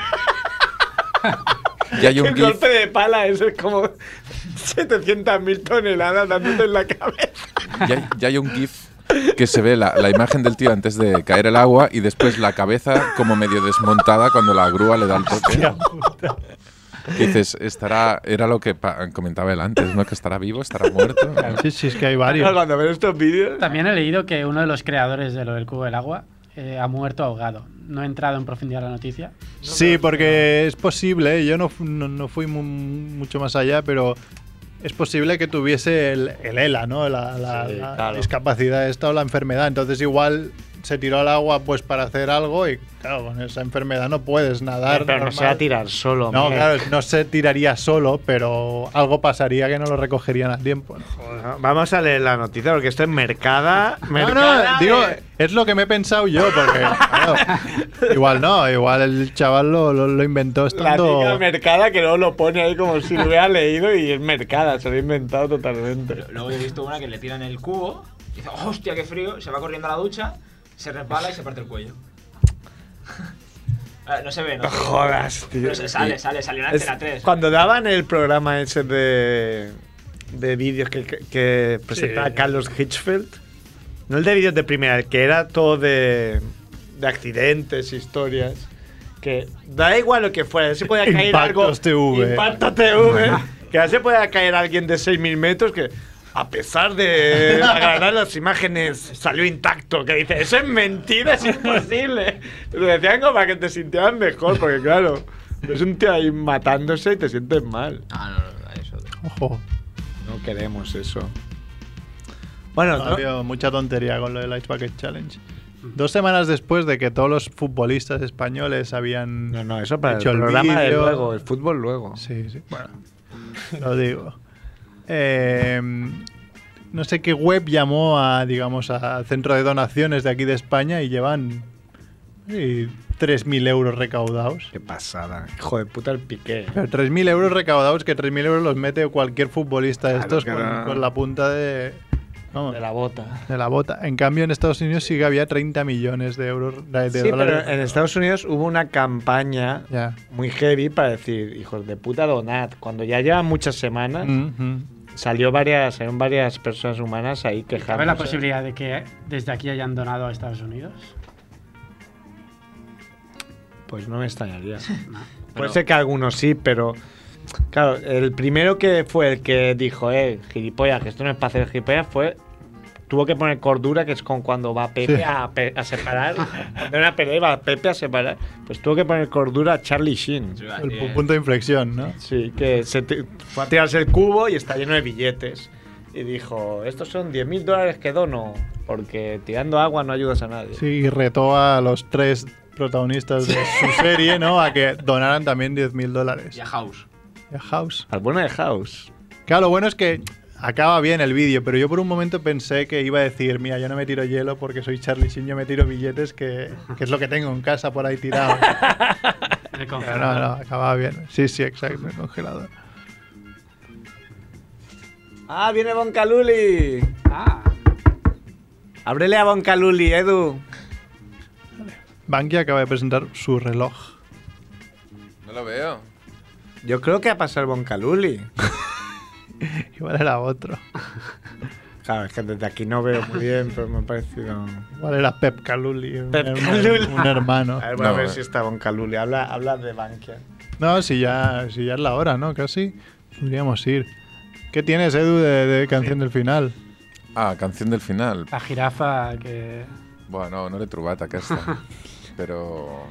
[SPEAKER 4] Y hay un
[SPEAKER 2] El
[SPEAKER 4] gif,
[SPEAKER 2] golpe de pala es como 700.000 toneladas dándote en la cabeza.
[SPEAKER 4] y hay, y hay un gif que se ve la, la imagen del tío antes de caer el agua y después la cabeza como medio desmontada cuando la grúa le da el toque. Y dices, estará, era lo que pa- comentaba él antes, ¿no? Que estará vivo, estará muerto.
[SPEAKER 3] Sí, sí, es que hay varios.
[SPEAKER 2] Cuando ves estos vídeos.
[SPEAKER 1] También he leído que uno de los creadores de lo del cubo del agua eh, ha muerto ahogado. No he entrado en profundidad la noticia.
[SPEAKER 3] Sí, porque es posible, ¿eh? yo no, fu- no- no fui mu- mucho más allá, pero es posible que tuviese el, el ELA, ¿no? La, la-
[SPEAKER 2] Sí,
[SPEAKER 3] la
[SPEAKER 2] claro.
[SPEAKER 3] discapacidad esta o la enfermedad. Entonces igual se tiró al agua pues para hacer algo y claro, con esa enfermedad no puedes nadar.
[SPEAKER 2] Pero no
[SPEAKER 3] normal.
[SPEAKER 2] se va a tirar solo.
[SPEAKER 3] No,
[SPEAKER 2] hombre.
[SPEAKER 3] claro, no se tiraría solo, pero algo pasaría que no lo recogerían a tiempo. ¿no?
[SPEAKER 12] No, Vamos a leer la noticia porque esto es mercada.
[SPEAKER 3] No, eh,
[SPEAKER 12] mercada
[SPEAKER 3] no, digo,
[SPEAKER 12] de-
[SPEAKER 3] es lo que me he pensado yo, porque claro, igual no, igual el chaval lo, lo- lo inventó
[SPEAKER 2] La
[SPEAKER 3] estando...
[SPEAKER 2] típica mercada que luego lo pone ahí como si lo hubiera leído y es mercada, se lo he inventado totalmente.
[SPEAKER 6] Luego he visto una que le tiran el cubo, y dice, hostia, qué frío, se va corriendo a la ducha, se resbala y se parte el cuello. Ah, no se ve, ¿no?
[SPEAKER 2] No jodas, tío.
[SPEAKER 6] Pero se sale, sale, salió en
[SPEAKER 2] Es-
[SPEAKER 6] Antena 3.
[SPEAKER 2] Cuando daban el programa ese de, de vídeos que, que- que presentaba
[SPEAKER 7] Sí.
[SPEAKER 2] Carlos Hitchfeld, no el de vídeos de primera, el que era todo de, de accidentes, historias, que da igual lo que fuera, se podía caer algo.
[SPEAKER 3] Impactos TV.
[SPEAKER 2] Impacto TV. que ya se podía caer alguien de 6.000 metros que. A pesar de agarrar las imágenes, salió intacto. Que dice, eso es mentira, es imposible. Lo decían como para que te sintieras mejor, porque claro, es un tío ahí matándose y te sientes mal.
[SPEAKER 6] Ah, no, no, eso.
[SPEAKER 3] Ojo,
[SPEAKER 2] No queremos eso. Bueno,
[SPEAKER 3] ha
[SPEAKER 2] ¿no?
[SPEAKER 3] habido mucha tontería con lo del Ice Bucket Challenge. Dos semanas después de que todos los futbolistas españoles habían...
[SPEAKER 2] no, no, eso para
[SPEAKER 3] Hecho
[SPEAKER 2] el
[SPEAKER 3] el
[SPEAKER 2] programa de
[SPEAKER 3] vídeo.
[SPEAKER 2] luego, el fútbol luego.
[SPEAKER 3] Sí, sí, bueno, lo digo. Eh, no sé qué web llamó a, digamos, al centro de donaciones de aquí de España y llevan sí, 3.000 euros recaudados.
[SPEAKER 2] Qué pasada. Hijo de puta el piqué.
[SPEAKER 3] Pero 3.000 euros recaudados, que 3.000 euros los mete cualquier futbolista de
[SPEAKER 2] Claro,
[SPEAKER 3] estos con,
[SPEAKER 2] claro.
[SPEAKER 3] con la punta de, vamos,
[SPEAKER 2] De la bota.
[SPEAKER 3] de la bota. En cambio, en Estados Unidos sí que había 30 millones de euros, de, de
[SPEAKER 2] Sí, pero
[SPEAKER 3] dólares.
[SPEAKER 2] en Estados Unidos hubo una campaña
[SPEAKER 3] Ya.
[SPEAKER 2] muy heavy para decir, hijos de puta, donad. Cuando ya llevan muchas semanas,
[SPEAKER 3] Mhm.
[SPEAKER 2] salió varias, salieron varias personas humanas ahí
[SPEAKER 1] ¿Cabe
[SPEAKER 2] quejándose.
[SPEAKER 1] la posibilidad de que desde aquí hayan donado a Estados Unidos?
[SPEAKER 2] Pues no me extrañaría. Puede
[SPEAKER 6] Pero-
[SPEAKER 2] ser que algunos sí, pero. Claro, el primero que fue el que dijo, eh, gilipollas, que esto no es para hacer gilipollas, fue. Tuvo que poner cordura, que es con cuando va Pepe
[SPEAKER 3] Sí.
[SPEAKER 2] a, pe- a separar. de una pelea y va Pepe a separar. Pues tuvo que poner cordura a Charlie Sheen.
[SPEAKER 6] Yo iba a
[SPEAKER 3] El
[SPEAKER 6] decir,
[SPEAKER 3] pu- punto de inflexión, ¿no?
[SPEAKER 2] Sí, que se ti- fue a tirarse el cubo y está lleno de billetes. Y dijo, estos son 10.000 dólares que dono, porque tirando agua no ayudas a nadie.
[SPEAKER 3] Sí, y retó a los tres protagonistas de su serie, ¿no? A que donaran también 10.000 dólares.
[SPEAKER 6] Y a House.
[SPEAKER 3] A House.
[SPEAKER 2] Al bueno de House.
[SPEAKER 3] Claro, lo bueno es que acaba bien el vídeo, pero yo por un momento pensé que iba a decir, mira, yo no me tiro hielo porque soy Charlie Sheen, yo me tiro billetes que, que es lo que tengo en casa por ahí tirado.
[SPEAKER 1] El
[SPEAKER 3] Pero
[SPEAKER 1] congelador.
[SPEAKER 3] no, no, acababa bien. Sí, sí, exacto, el congelador.
[SPEAKER 2] ¡Ah, viene Boncaluli!
[SPEAKER 1] Ah,
[SPEAKER 2] Ábrele a Boncaluli, Edu.
[SPEAKER 3] Bankia acaba de presentar su reloj.
[SPEAKER 4] No lo veo.
[SPEAKER 2] Yo creo que ha pasado Boncaluli.
[SPEAKER 3] Igual era otro.
[SPEAKER 2] Claro, es que desde aquí no veo muy bien, pero me ha parecido.
[SPEAKER 3] Igual era Pep Caluli. un
[SPEAKER 2] Pep
[SPEAKER 3] hermano-
[SPEAKER 2] Caluli.
[SPEAKER 3] Un hermano.
[SPEAKER 2] A ver, voy a
[SPEAKER 4] No,
[SPEAKER 2] ver
[SPEAKER 4] eh.
[SPEAKER 2] si está Boncaluli. Habla, habla de Bankia.
[SPEAKER 3] No, si ya, si ya es la hora, ¿no? Casi podríamos ir. ¿Qué tienes, Edu, de, de canción del final?
[SPEAKER 4] Ah, canción del final.
[SPEAKER 1] la jirafa que...
[SPEAKER 4] Bueno, no le trobata aquesta. Pero...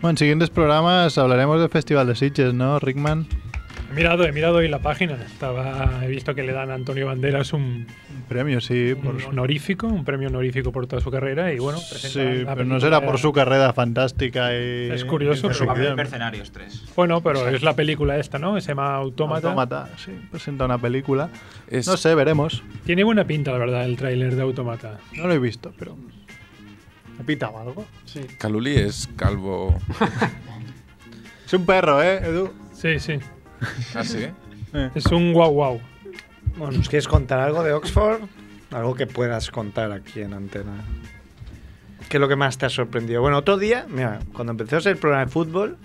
[SPEAKER 3] Bueno, en siguientes programas hablaremos del Festival de Sitges, ¿no, Rickman?
[SPEAKER 7] He mirado, he mirado hoy la página. Estaba, he visto que le dan a Antonio Banderas un,
[SPEAKER 3] Un premio, sí. Por
[SPEAKER 7] un
[SPEAKER 3] su-
[SPEAKER 7] honorífico, un premio honorífico por toda su carrera y bueno,
[SPEAKER 3] sí,
[SPEAKER 7] presenta la
[SPEAKER 3] pero no
[SPEAKER 7] película-
[SPEAKER 3] será por su carrera fantástica y...
[SPEAKER 7] Es curioso,
[SPEAKER 3] y
[SPEAKER 7] pero va a
[SPEAKER 3] ficción.
[SPEAKER 7] haber
[SPEAKER 6] Mercenarios 3.
[SPEAKER 7] Bueno, pero es la película esta, ¿no? Se llama Autómata.
[SPEAKER 3] Autómata, sí, presenta una película.
[SPEAKER 4] Es,
[SPEAKER 3] No sé, veremos.
[SPEAKER 7] Tiene buena pinta, la verdad, el tráiler de Autómata.
[SPEAKER 3] No lo he visto, pero... ¿Me pitaba algo?
[SPEAKER 1] Sí.
[SPEAKER 4] Caluli es calvo...
[SPEAKER 3] Es un perro, ¿eh, Edu?
[SPEAKER 7] Sí, sí.
[SPEAKER 4] ¿Ah, sí?
[SPEAKER 3] Eh.
[SPEAKER 7] Es un guau guau.
[SPEAKER 2] Bueno, ¿nos quieres contar algo de Oxford? Algo que puedas contar aquí en antena. ¿Qué es lo que más te ha sorprendido? Bueno, otro día, mira, cuando empezó el programa de fútbol,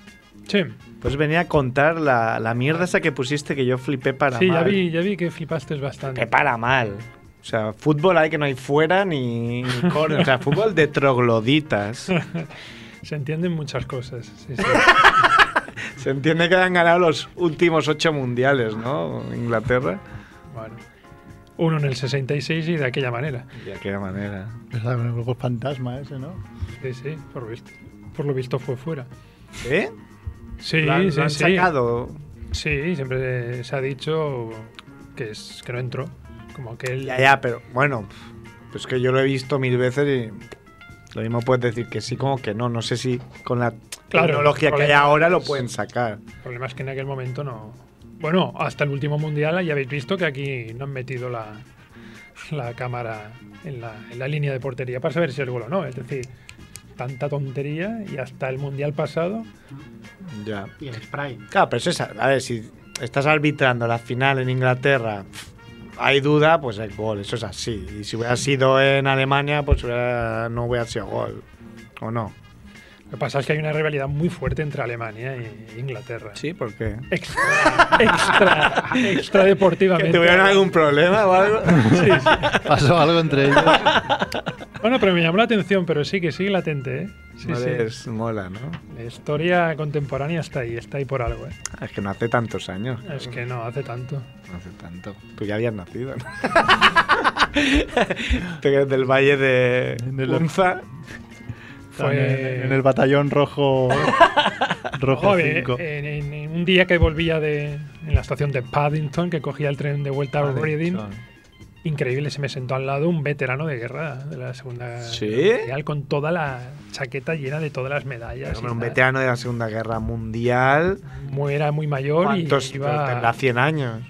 [SPEAKER 7] Sí,
[SPEAKER 2] pues venía a contar la, la mierda esa que pusiste que yo flipé para
[SPEAKER 7] sí ya,
[SPEAKER 2] mal.
[SPEAKER 7] vi, ya vi que flipaste
[SPEAKER 2] Flipé
[SPEAKER 7] bastante.
[SPEAKER 2] para mal. O sea, fútbol hay que no hay fuera ni, ni córner. O sea, fútbol de trogloditas.
[SPEAKER 7] Se entienden muchas cosas. Sí, sí.
[SPEAKER 2] Se entiende que han ganado los últimos ocho mundiales, ¿no? Inglaterra.
[SPEAKER 7] Bueno. Uno en el 66 y de aquella manera.
[SPEAKER 2] De aquella manera.
[SPEAKER 3] Empezaba con el grupo fantasma ese, ¿no?
[SPEAKER 7] Sí, sí, por lo visto. Por lo visto fue fuera.
[SPEAKER 2] ¿Eh?
[SPEAKER 7] Sí,
[SPEAKER 2] ¿Lo han-
[SPEAKER 7] sí,
[SPEAKER 2] lo han
[SPEAKER 7] sí.
[SPEAKER 2] sacado?
[SPEAKER 7] Sí, siempre se ha dicho que, es, que no entró. Como que él.
[SPEAKER 2] Ya, ya, pero bueno, pues que yo lo he visto mil veces y lo mismo puedes decir que sí como que no. No sé si con la
[SPEAKER 7] Claro,
[SPEAKER 2] tecnología que hay
[SPEAKER 7] problema
[SPEAKER 2] ahora lo
[SPEAKER 7] es-
[SPEAKER 2] pueden sacar.
[SPEAKER 7] El problema es que en aquel momento no. Bueno, hasta el último mundial ya habéis visto que aquí no han metido la, la cámara en la, en la línea de portería para saber si es gol o no. Es decir, tanta tontería y hasta el mundial pasado.
[SPEAKER 2] Ya.
[SPEAKER 1] Y el spray.
[SPEAKER 2] Claro, pero eso es, a ver, si estás arbitrando la final en Inglaterra, pff, hay duda, pues hay gol, eso es así. Y si hubiera sido en Alemania, pues hubiera- no hubiera sido gol, ¿o no?
[SPEAKER 7] Lo que pasa es que hay una rivalidad muy fuerte entre Alemania e Inglaterra.
[SPEAKER 2] Sí, porque...
[SPEAKER 7] Extra, extra, extra deportivamente.
[SPEAKER 2] ¿Que tuvieron algún problema o algo?
[SPEAKER 7] Sí, sí.
[SPEAKER 3] Pasó algo entre ellos.
[SPEAKER 7] Bueno, pero me llamó la atención, pero sí que sigue latente, ¿eh? Sí,
[SPEAKER 2] no
[SPEAKER 7] sí.
[SPEAKER 2] les mola, ¿no?
[SPEAKER 7] La historia contemporánea está ahí, está ahí por algo, ¿eh?
[SPEAKER 2] Ah, Es que no hace tantos años,
[SPEAKER 7] Es que no, hace tanto.
[SPEAKER 2] no hace tanto. Tú ya habías nacido, ¿no? Tú que eres del Valle de
[SPEAKER 3] el-
[SPEAKER 2] Unza.
[SPEAKER 3] También En el batallón rojo. rojo
[SPEAKER 7] Joder, eh,
[SPEAKER 3] 5.
[SPEAKER 7] en, en- en un día que volvía de, en la estación de Paddington, que cogía el tren de vuelta a Reading, increíble, se me sentó al lado un veterano de guerra de la Segunda
[SPEAKER 2] ¿Sí?
[SPEAKER 7] Guerra Mundial con toda la chaqueta llena de todas las medallas. y
[SPEAKER 2] Hombre, un
[SPEAKER 7] tal.
[SPEAKER 2] veterano de la Segunda Guerra Mundial.
[SPEAKER 7] Muy- Era muy mayor y
[SPEAKER 2] ¿Cuántos? Pero
[SPEAKER 7] iba...
[SPEAKER 2] Tendrá 100 años.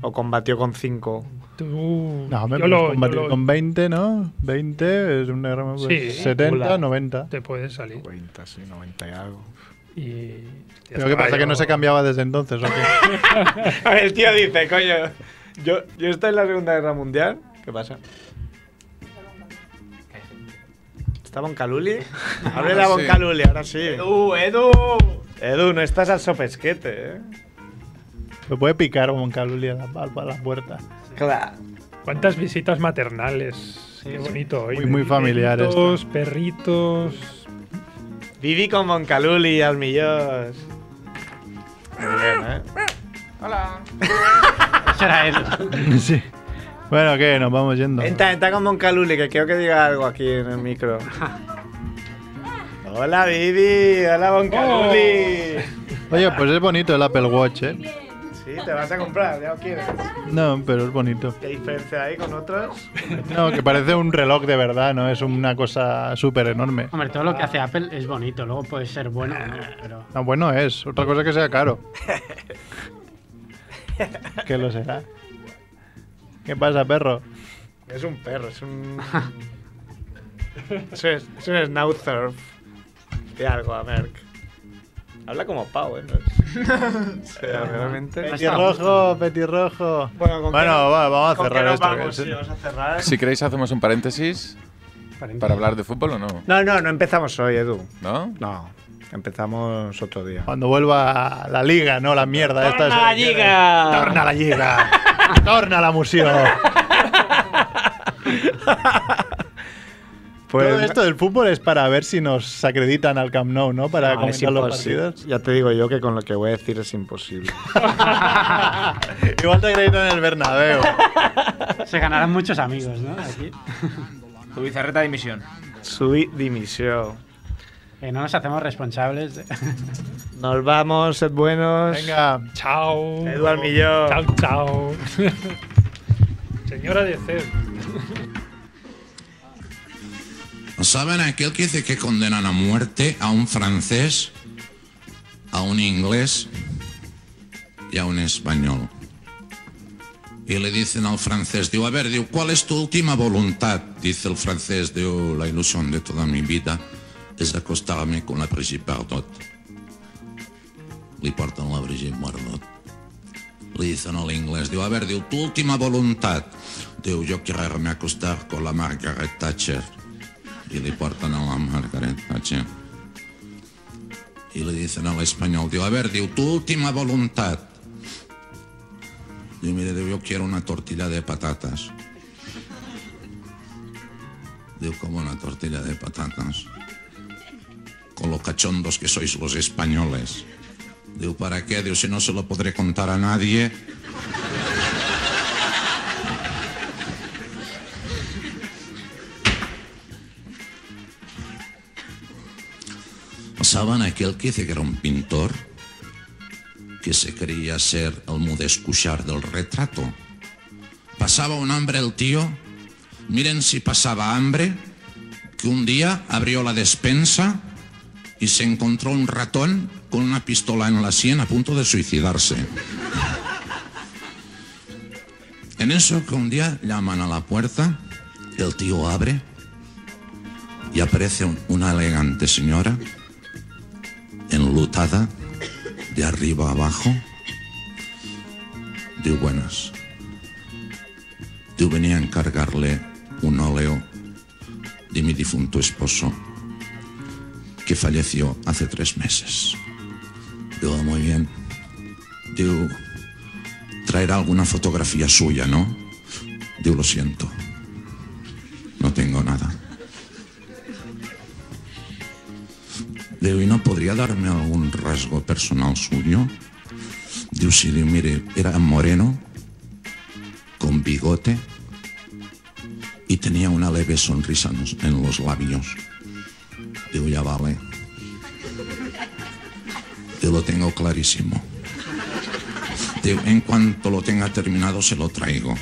[SPEAKER 2] O combatió con 5.
[SPEAKER 7] Tú-
[SPEAKER 3] No, hombre,
[SPEAKER 7] yo
[SPEAKER 3] puedes
[SPEAKER 7] lo- yo
[SPEAKER 3] combatir
[SPEAKER 7] lo-
[SPEAKER 3] con 20, ¿no? 20 es pues, una gran.
[SPEAKER 7] Sí.
[SPEAKER 3] 70,
[SPEAKER 7] Hola.
[SPEAKER 3] 90.
[SPEAKER 7] Te puedes salir.
[SPEAKER 2] 90, sí, 90 y algo.
[SPEAKER 7] Y...
[SPEAKER 3] Pero ¿qué pasa? ¿Que no se cambiaba desde entonces o qué?
[SPEAKER 2] A ver, el tío dice, coño, yo, yo estoy en la Segunda Guerra Mundial. ¿Qué pasa? ¿Está Boncaluli? Ábrele a
[SPEAKER 6] sí.
[SPEAKER 2] Boncaluli, ahora sí.
[SPEAKER 6] ¡Edu, Edu!
[SPEAKER 2] Edu, no estás al sopesquete, ¿eh?
[SPEAKER 3] Me puede picar un caluli a la, a la puerta.
[SPEAKER 2] Claro.
[SPEAKER 7] ¿Cuántas visitas maternales? Qué bonito hoy.
[SPEAKER 3] Muy- muy familiar esto.
[SPEAKER 7] Perritos, perritos.
[SPEAKER 2] Viví con Boncaluli y Almillos. Muy bien, ¿eh?
[SPEAKER 6] ¡Hola!
[SPEAKER 1] Será él.
[SPEAKER 3] sí. Bueno, ¿qué? Nos vamos yendo.
[SPEAKER 2] Entra, entra con Moncaluli, que quiero que diga algo aquí en el micro. hola, Vivi. Hola, Moncaluli.
[SPEAKER 3] Oye, pues es bonito el Apple Watch, ¿eh?
[SPEAKER 2] Sí, te vas a comprar, ya lo quieres.
[SPEAKER 3] No, pero es bonito.
[SPEAKER 2] ¿Qué diferencia hay con otros?
[SPEAKER 3] No, que parece un reloj de verdad, no es una cosa súper enorme.
[SPEAKER 1] Hombre, todo lo que hace Apple es bonito, luego puede ser bueno o no, pero.
[SPEAKER 3] No, bueno es, otra cosa que sea caro. que lo será. ¿Qué pasa, perro?
[SPEAKER 2] Es un perro, es un. es, un- es un schnauzer. De algo, a Merck. Habla como Pau, ¿eh? No es- Eh, o sea, realmente.
[SPEAKER 3] Petirrojo, petirrojo.
[SPEAKER 2] Bueno,
[SPEAKER 3] Bueno, va, vamos a cerrar esto. que es-
[SPEAKER 2] a cerrar.
[SPEAKER 4] Si queréis hacemos un paréntesis para hablar de fútbol o no,
[SPEAKER 2] No, no, no empezamos hoy, Edu.
[SPEAKER 4] ¿no?
[SPEAKER 2] No, empezamos otro día.
[SPEAKER 3] Cuando vuelva la liga, no la mierda. esta es-
[SPEAKER 2] liga!
[SPEAKER 3] Torna la liga. Torna la museo.
[SPEAKER 2] Pues
[SPEAKER 3] Todo esto del fútbol es para ver si nos acreditan al Camp Nou, ¿no? Para
[SPEAKER 2] No, es
[SPEAKER 3] comentar los
[SPEAKER 2] imposible.
[SPEAKER 3] partidos.
[SPEAKER 2] Ya te digo yo que con lo que voy a decir es imposible.
[SPEAKER 3] Igual te acreditan en el Bernabéu.
[SPEAKER 1] Se ganarán muchos amigos, ¿no? Aquí.
[SPEAKER 6] Tu bizarreta de dimisión.
[SPEAKER 2] Subí dimisión.
[SPEAKER 1] Eh, no nos hacemos responsables. de-
[SPEAKER 2] Nos vamos, sed buenos.
[SPEAKER 3] Venga,
[SPEAKER 7] Chao.
[SPEAKER 2] Eduard Millón.
[SPEAKER 7] Chao, chao. Señora de Ced.
[SPEAKER 13] ¿Saben aquel que dice que condenan a muerte a un francés, a un inglés y a un español? Y le dicen al francés, digo, a ver, digo, ¿cuál es tu última voluntad? Dice el francés, digo, la ilusión de toda mi vida es acostarme con la Brigitte Bardot. Le portan la Brigitte Bardot. Le dicen al inglés, digo, a ver, digo, tu última voluntad. Digo, yo quererme acostar con la Margaret Thatcher y le portan a la Margaret Thatcher. Y le dicen al español, digo, a ver, digo, tu última voluntad. Digo, mire, digo, yo quiero una tortilla de patatas. Digo, ¿cómo una tortilla de patatas? Con lo cachondos que sois los españoles.
[SPEAKER 4] Digo, ¿para qué? Digo, si no se lo podré contar a nadie. Pasaban aquel que dice que era un pintor que se creía ser el Mudés Cuixart del retrato. Pasaba un hambre el tío, miren si pasaba hambre, que un día abrió la despensa y se encontró un ratón con una pistola en la sien a punto de suicidarse. En eso que un día llaman a la puerta, el tío abre y aparece un- una elegante señora, enlutada, de arriba a abajo. Digo, buenas. Digo, venía a encargarle un óleo de mi difunto esposo, que falleció hace tres meses. Digo, "Ah, muy bien. Digo, traerá alguna fotografía suya, ¿no? Digo, lo siento. No tengo nada. Digo, ¿y no podría darme algún rasgo personal suyo? Digo, sí, digo, mire, era moreno, con bigote y tenía una leve sonrisa en los- en los labios. Digo, ya vale. Te lo tengo clarísimo. Digo, en cuanto lo tenga terminado, se lo traigo.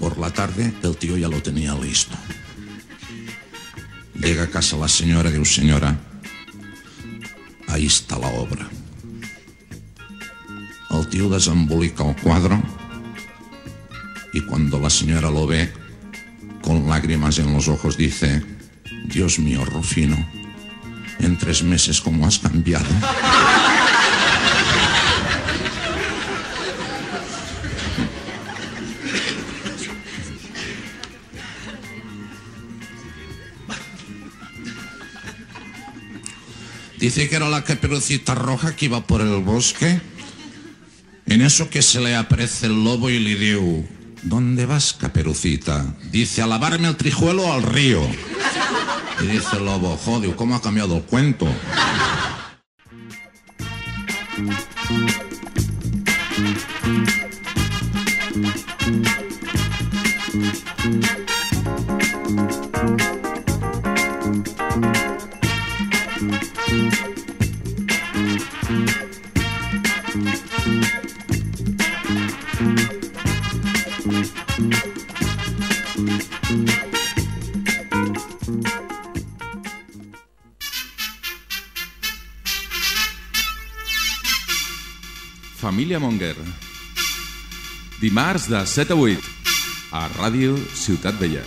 [SPEAKER 4] Por la tarde, el tío ya lo tenía listo. Llega a casa la señora y digo, señora, ahí está la obra. El tío desembolica el cuadro y cuando la señora lo ve, con lágrimas en los ojos, dice, Dios mío, Rufino, en tres meses cómo has cambiado. Dice que era la caperucita roja que iba por el bosque. En eso que se le aparece el lobo y le dijo, ¿dónde vas, caperucita? Dice, a lavarme el trijuelo al río. Y dice el lobo, joder, ¿cómo ha cambiado el cuento?
[SPEAKER 14] Família Monger. Dimarts de 7 a 8 a Ràdio Ciutat Vella.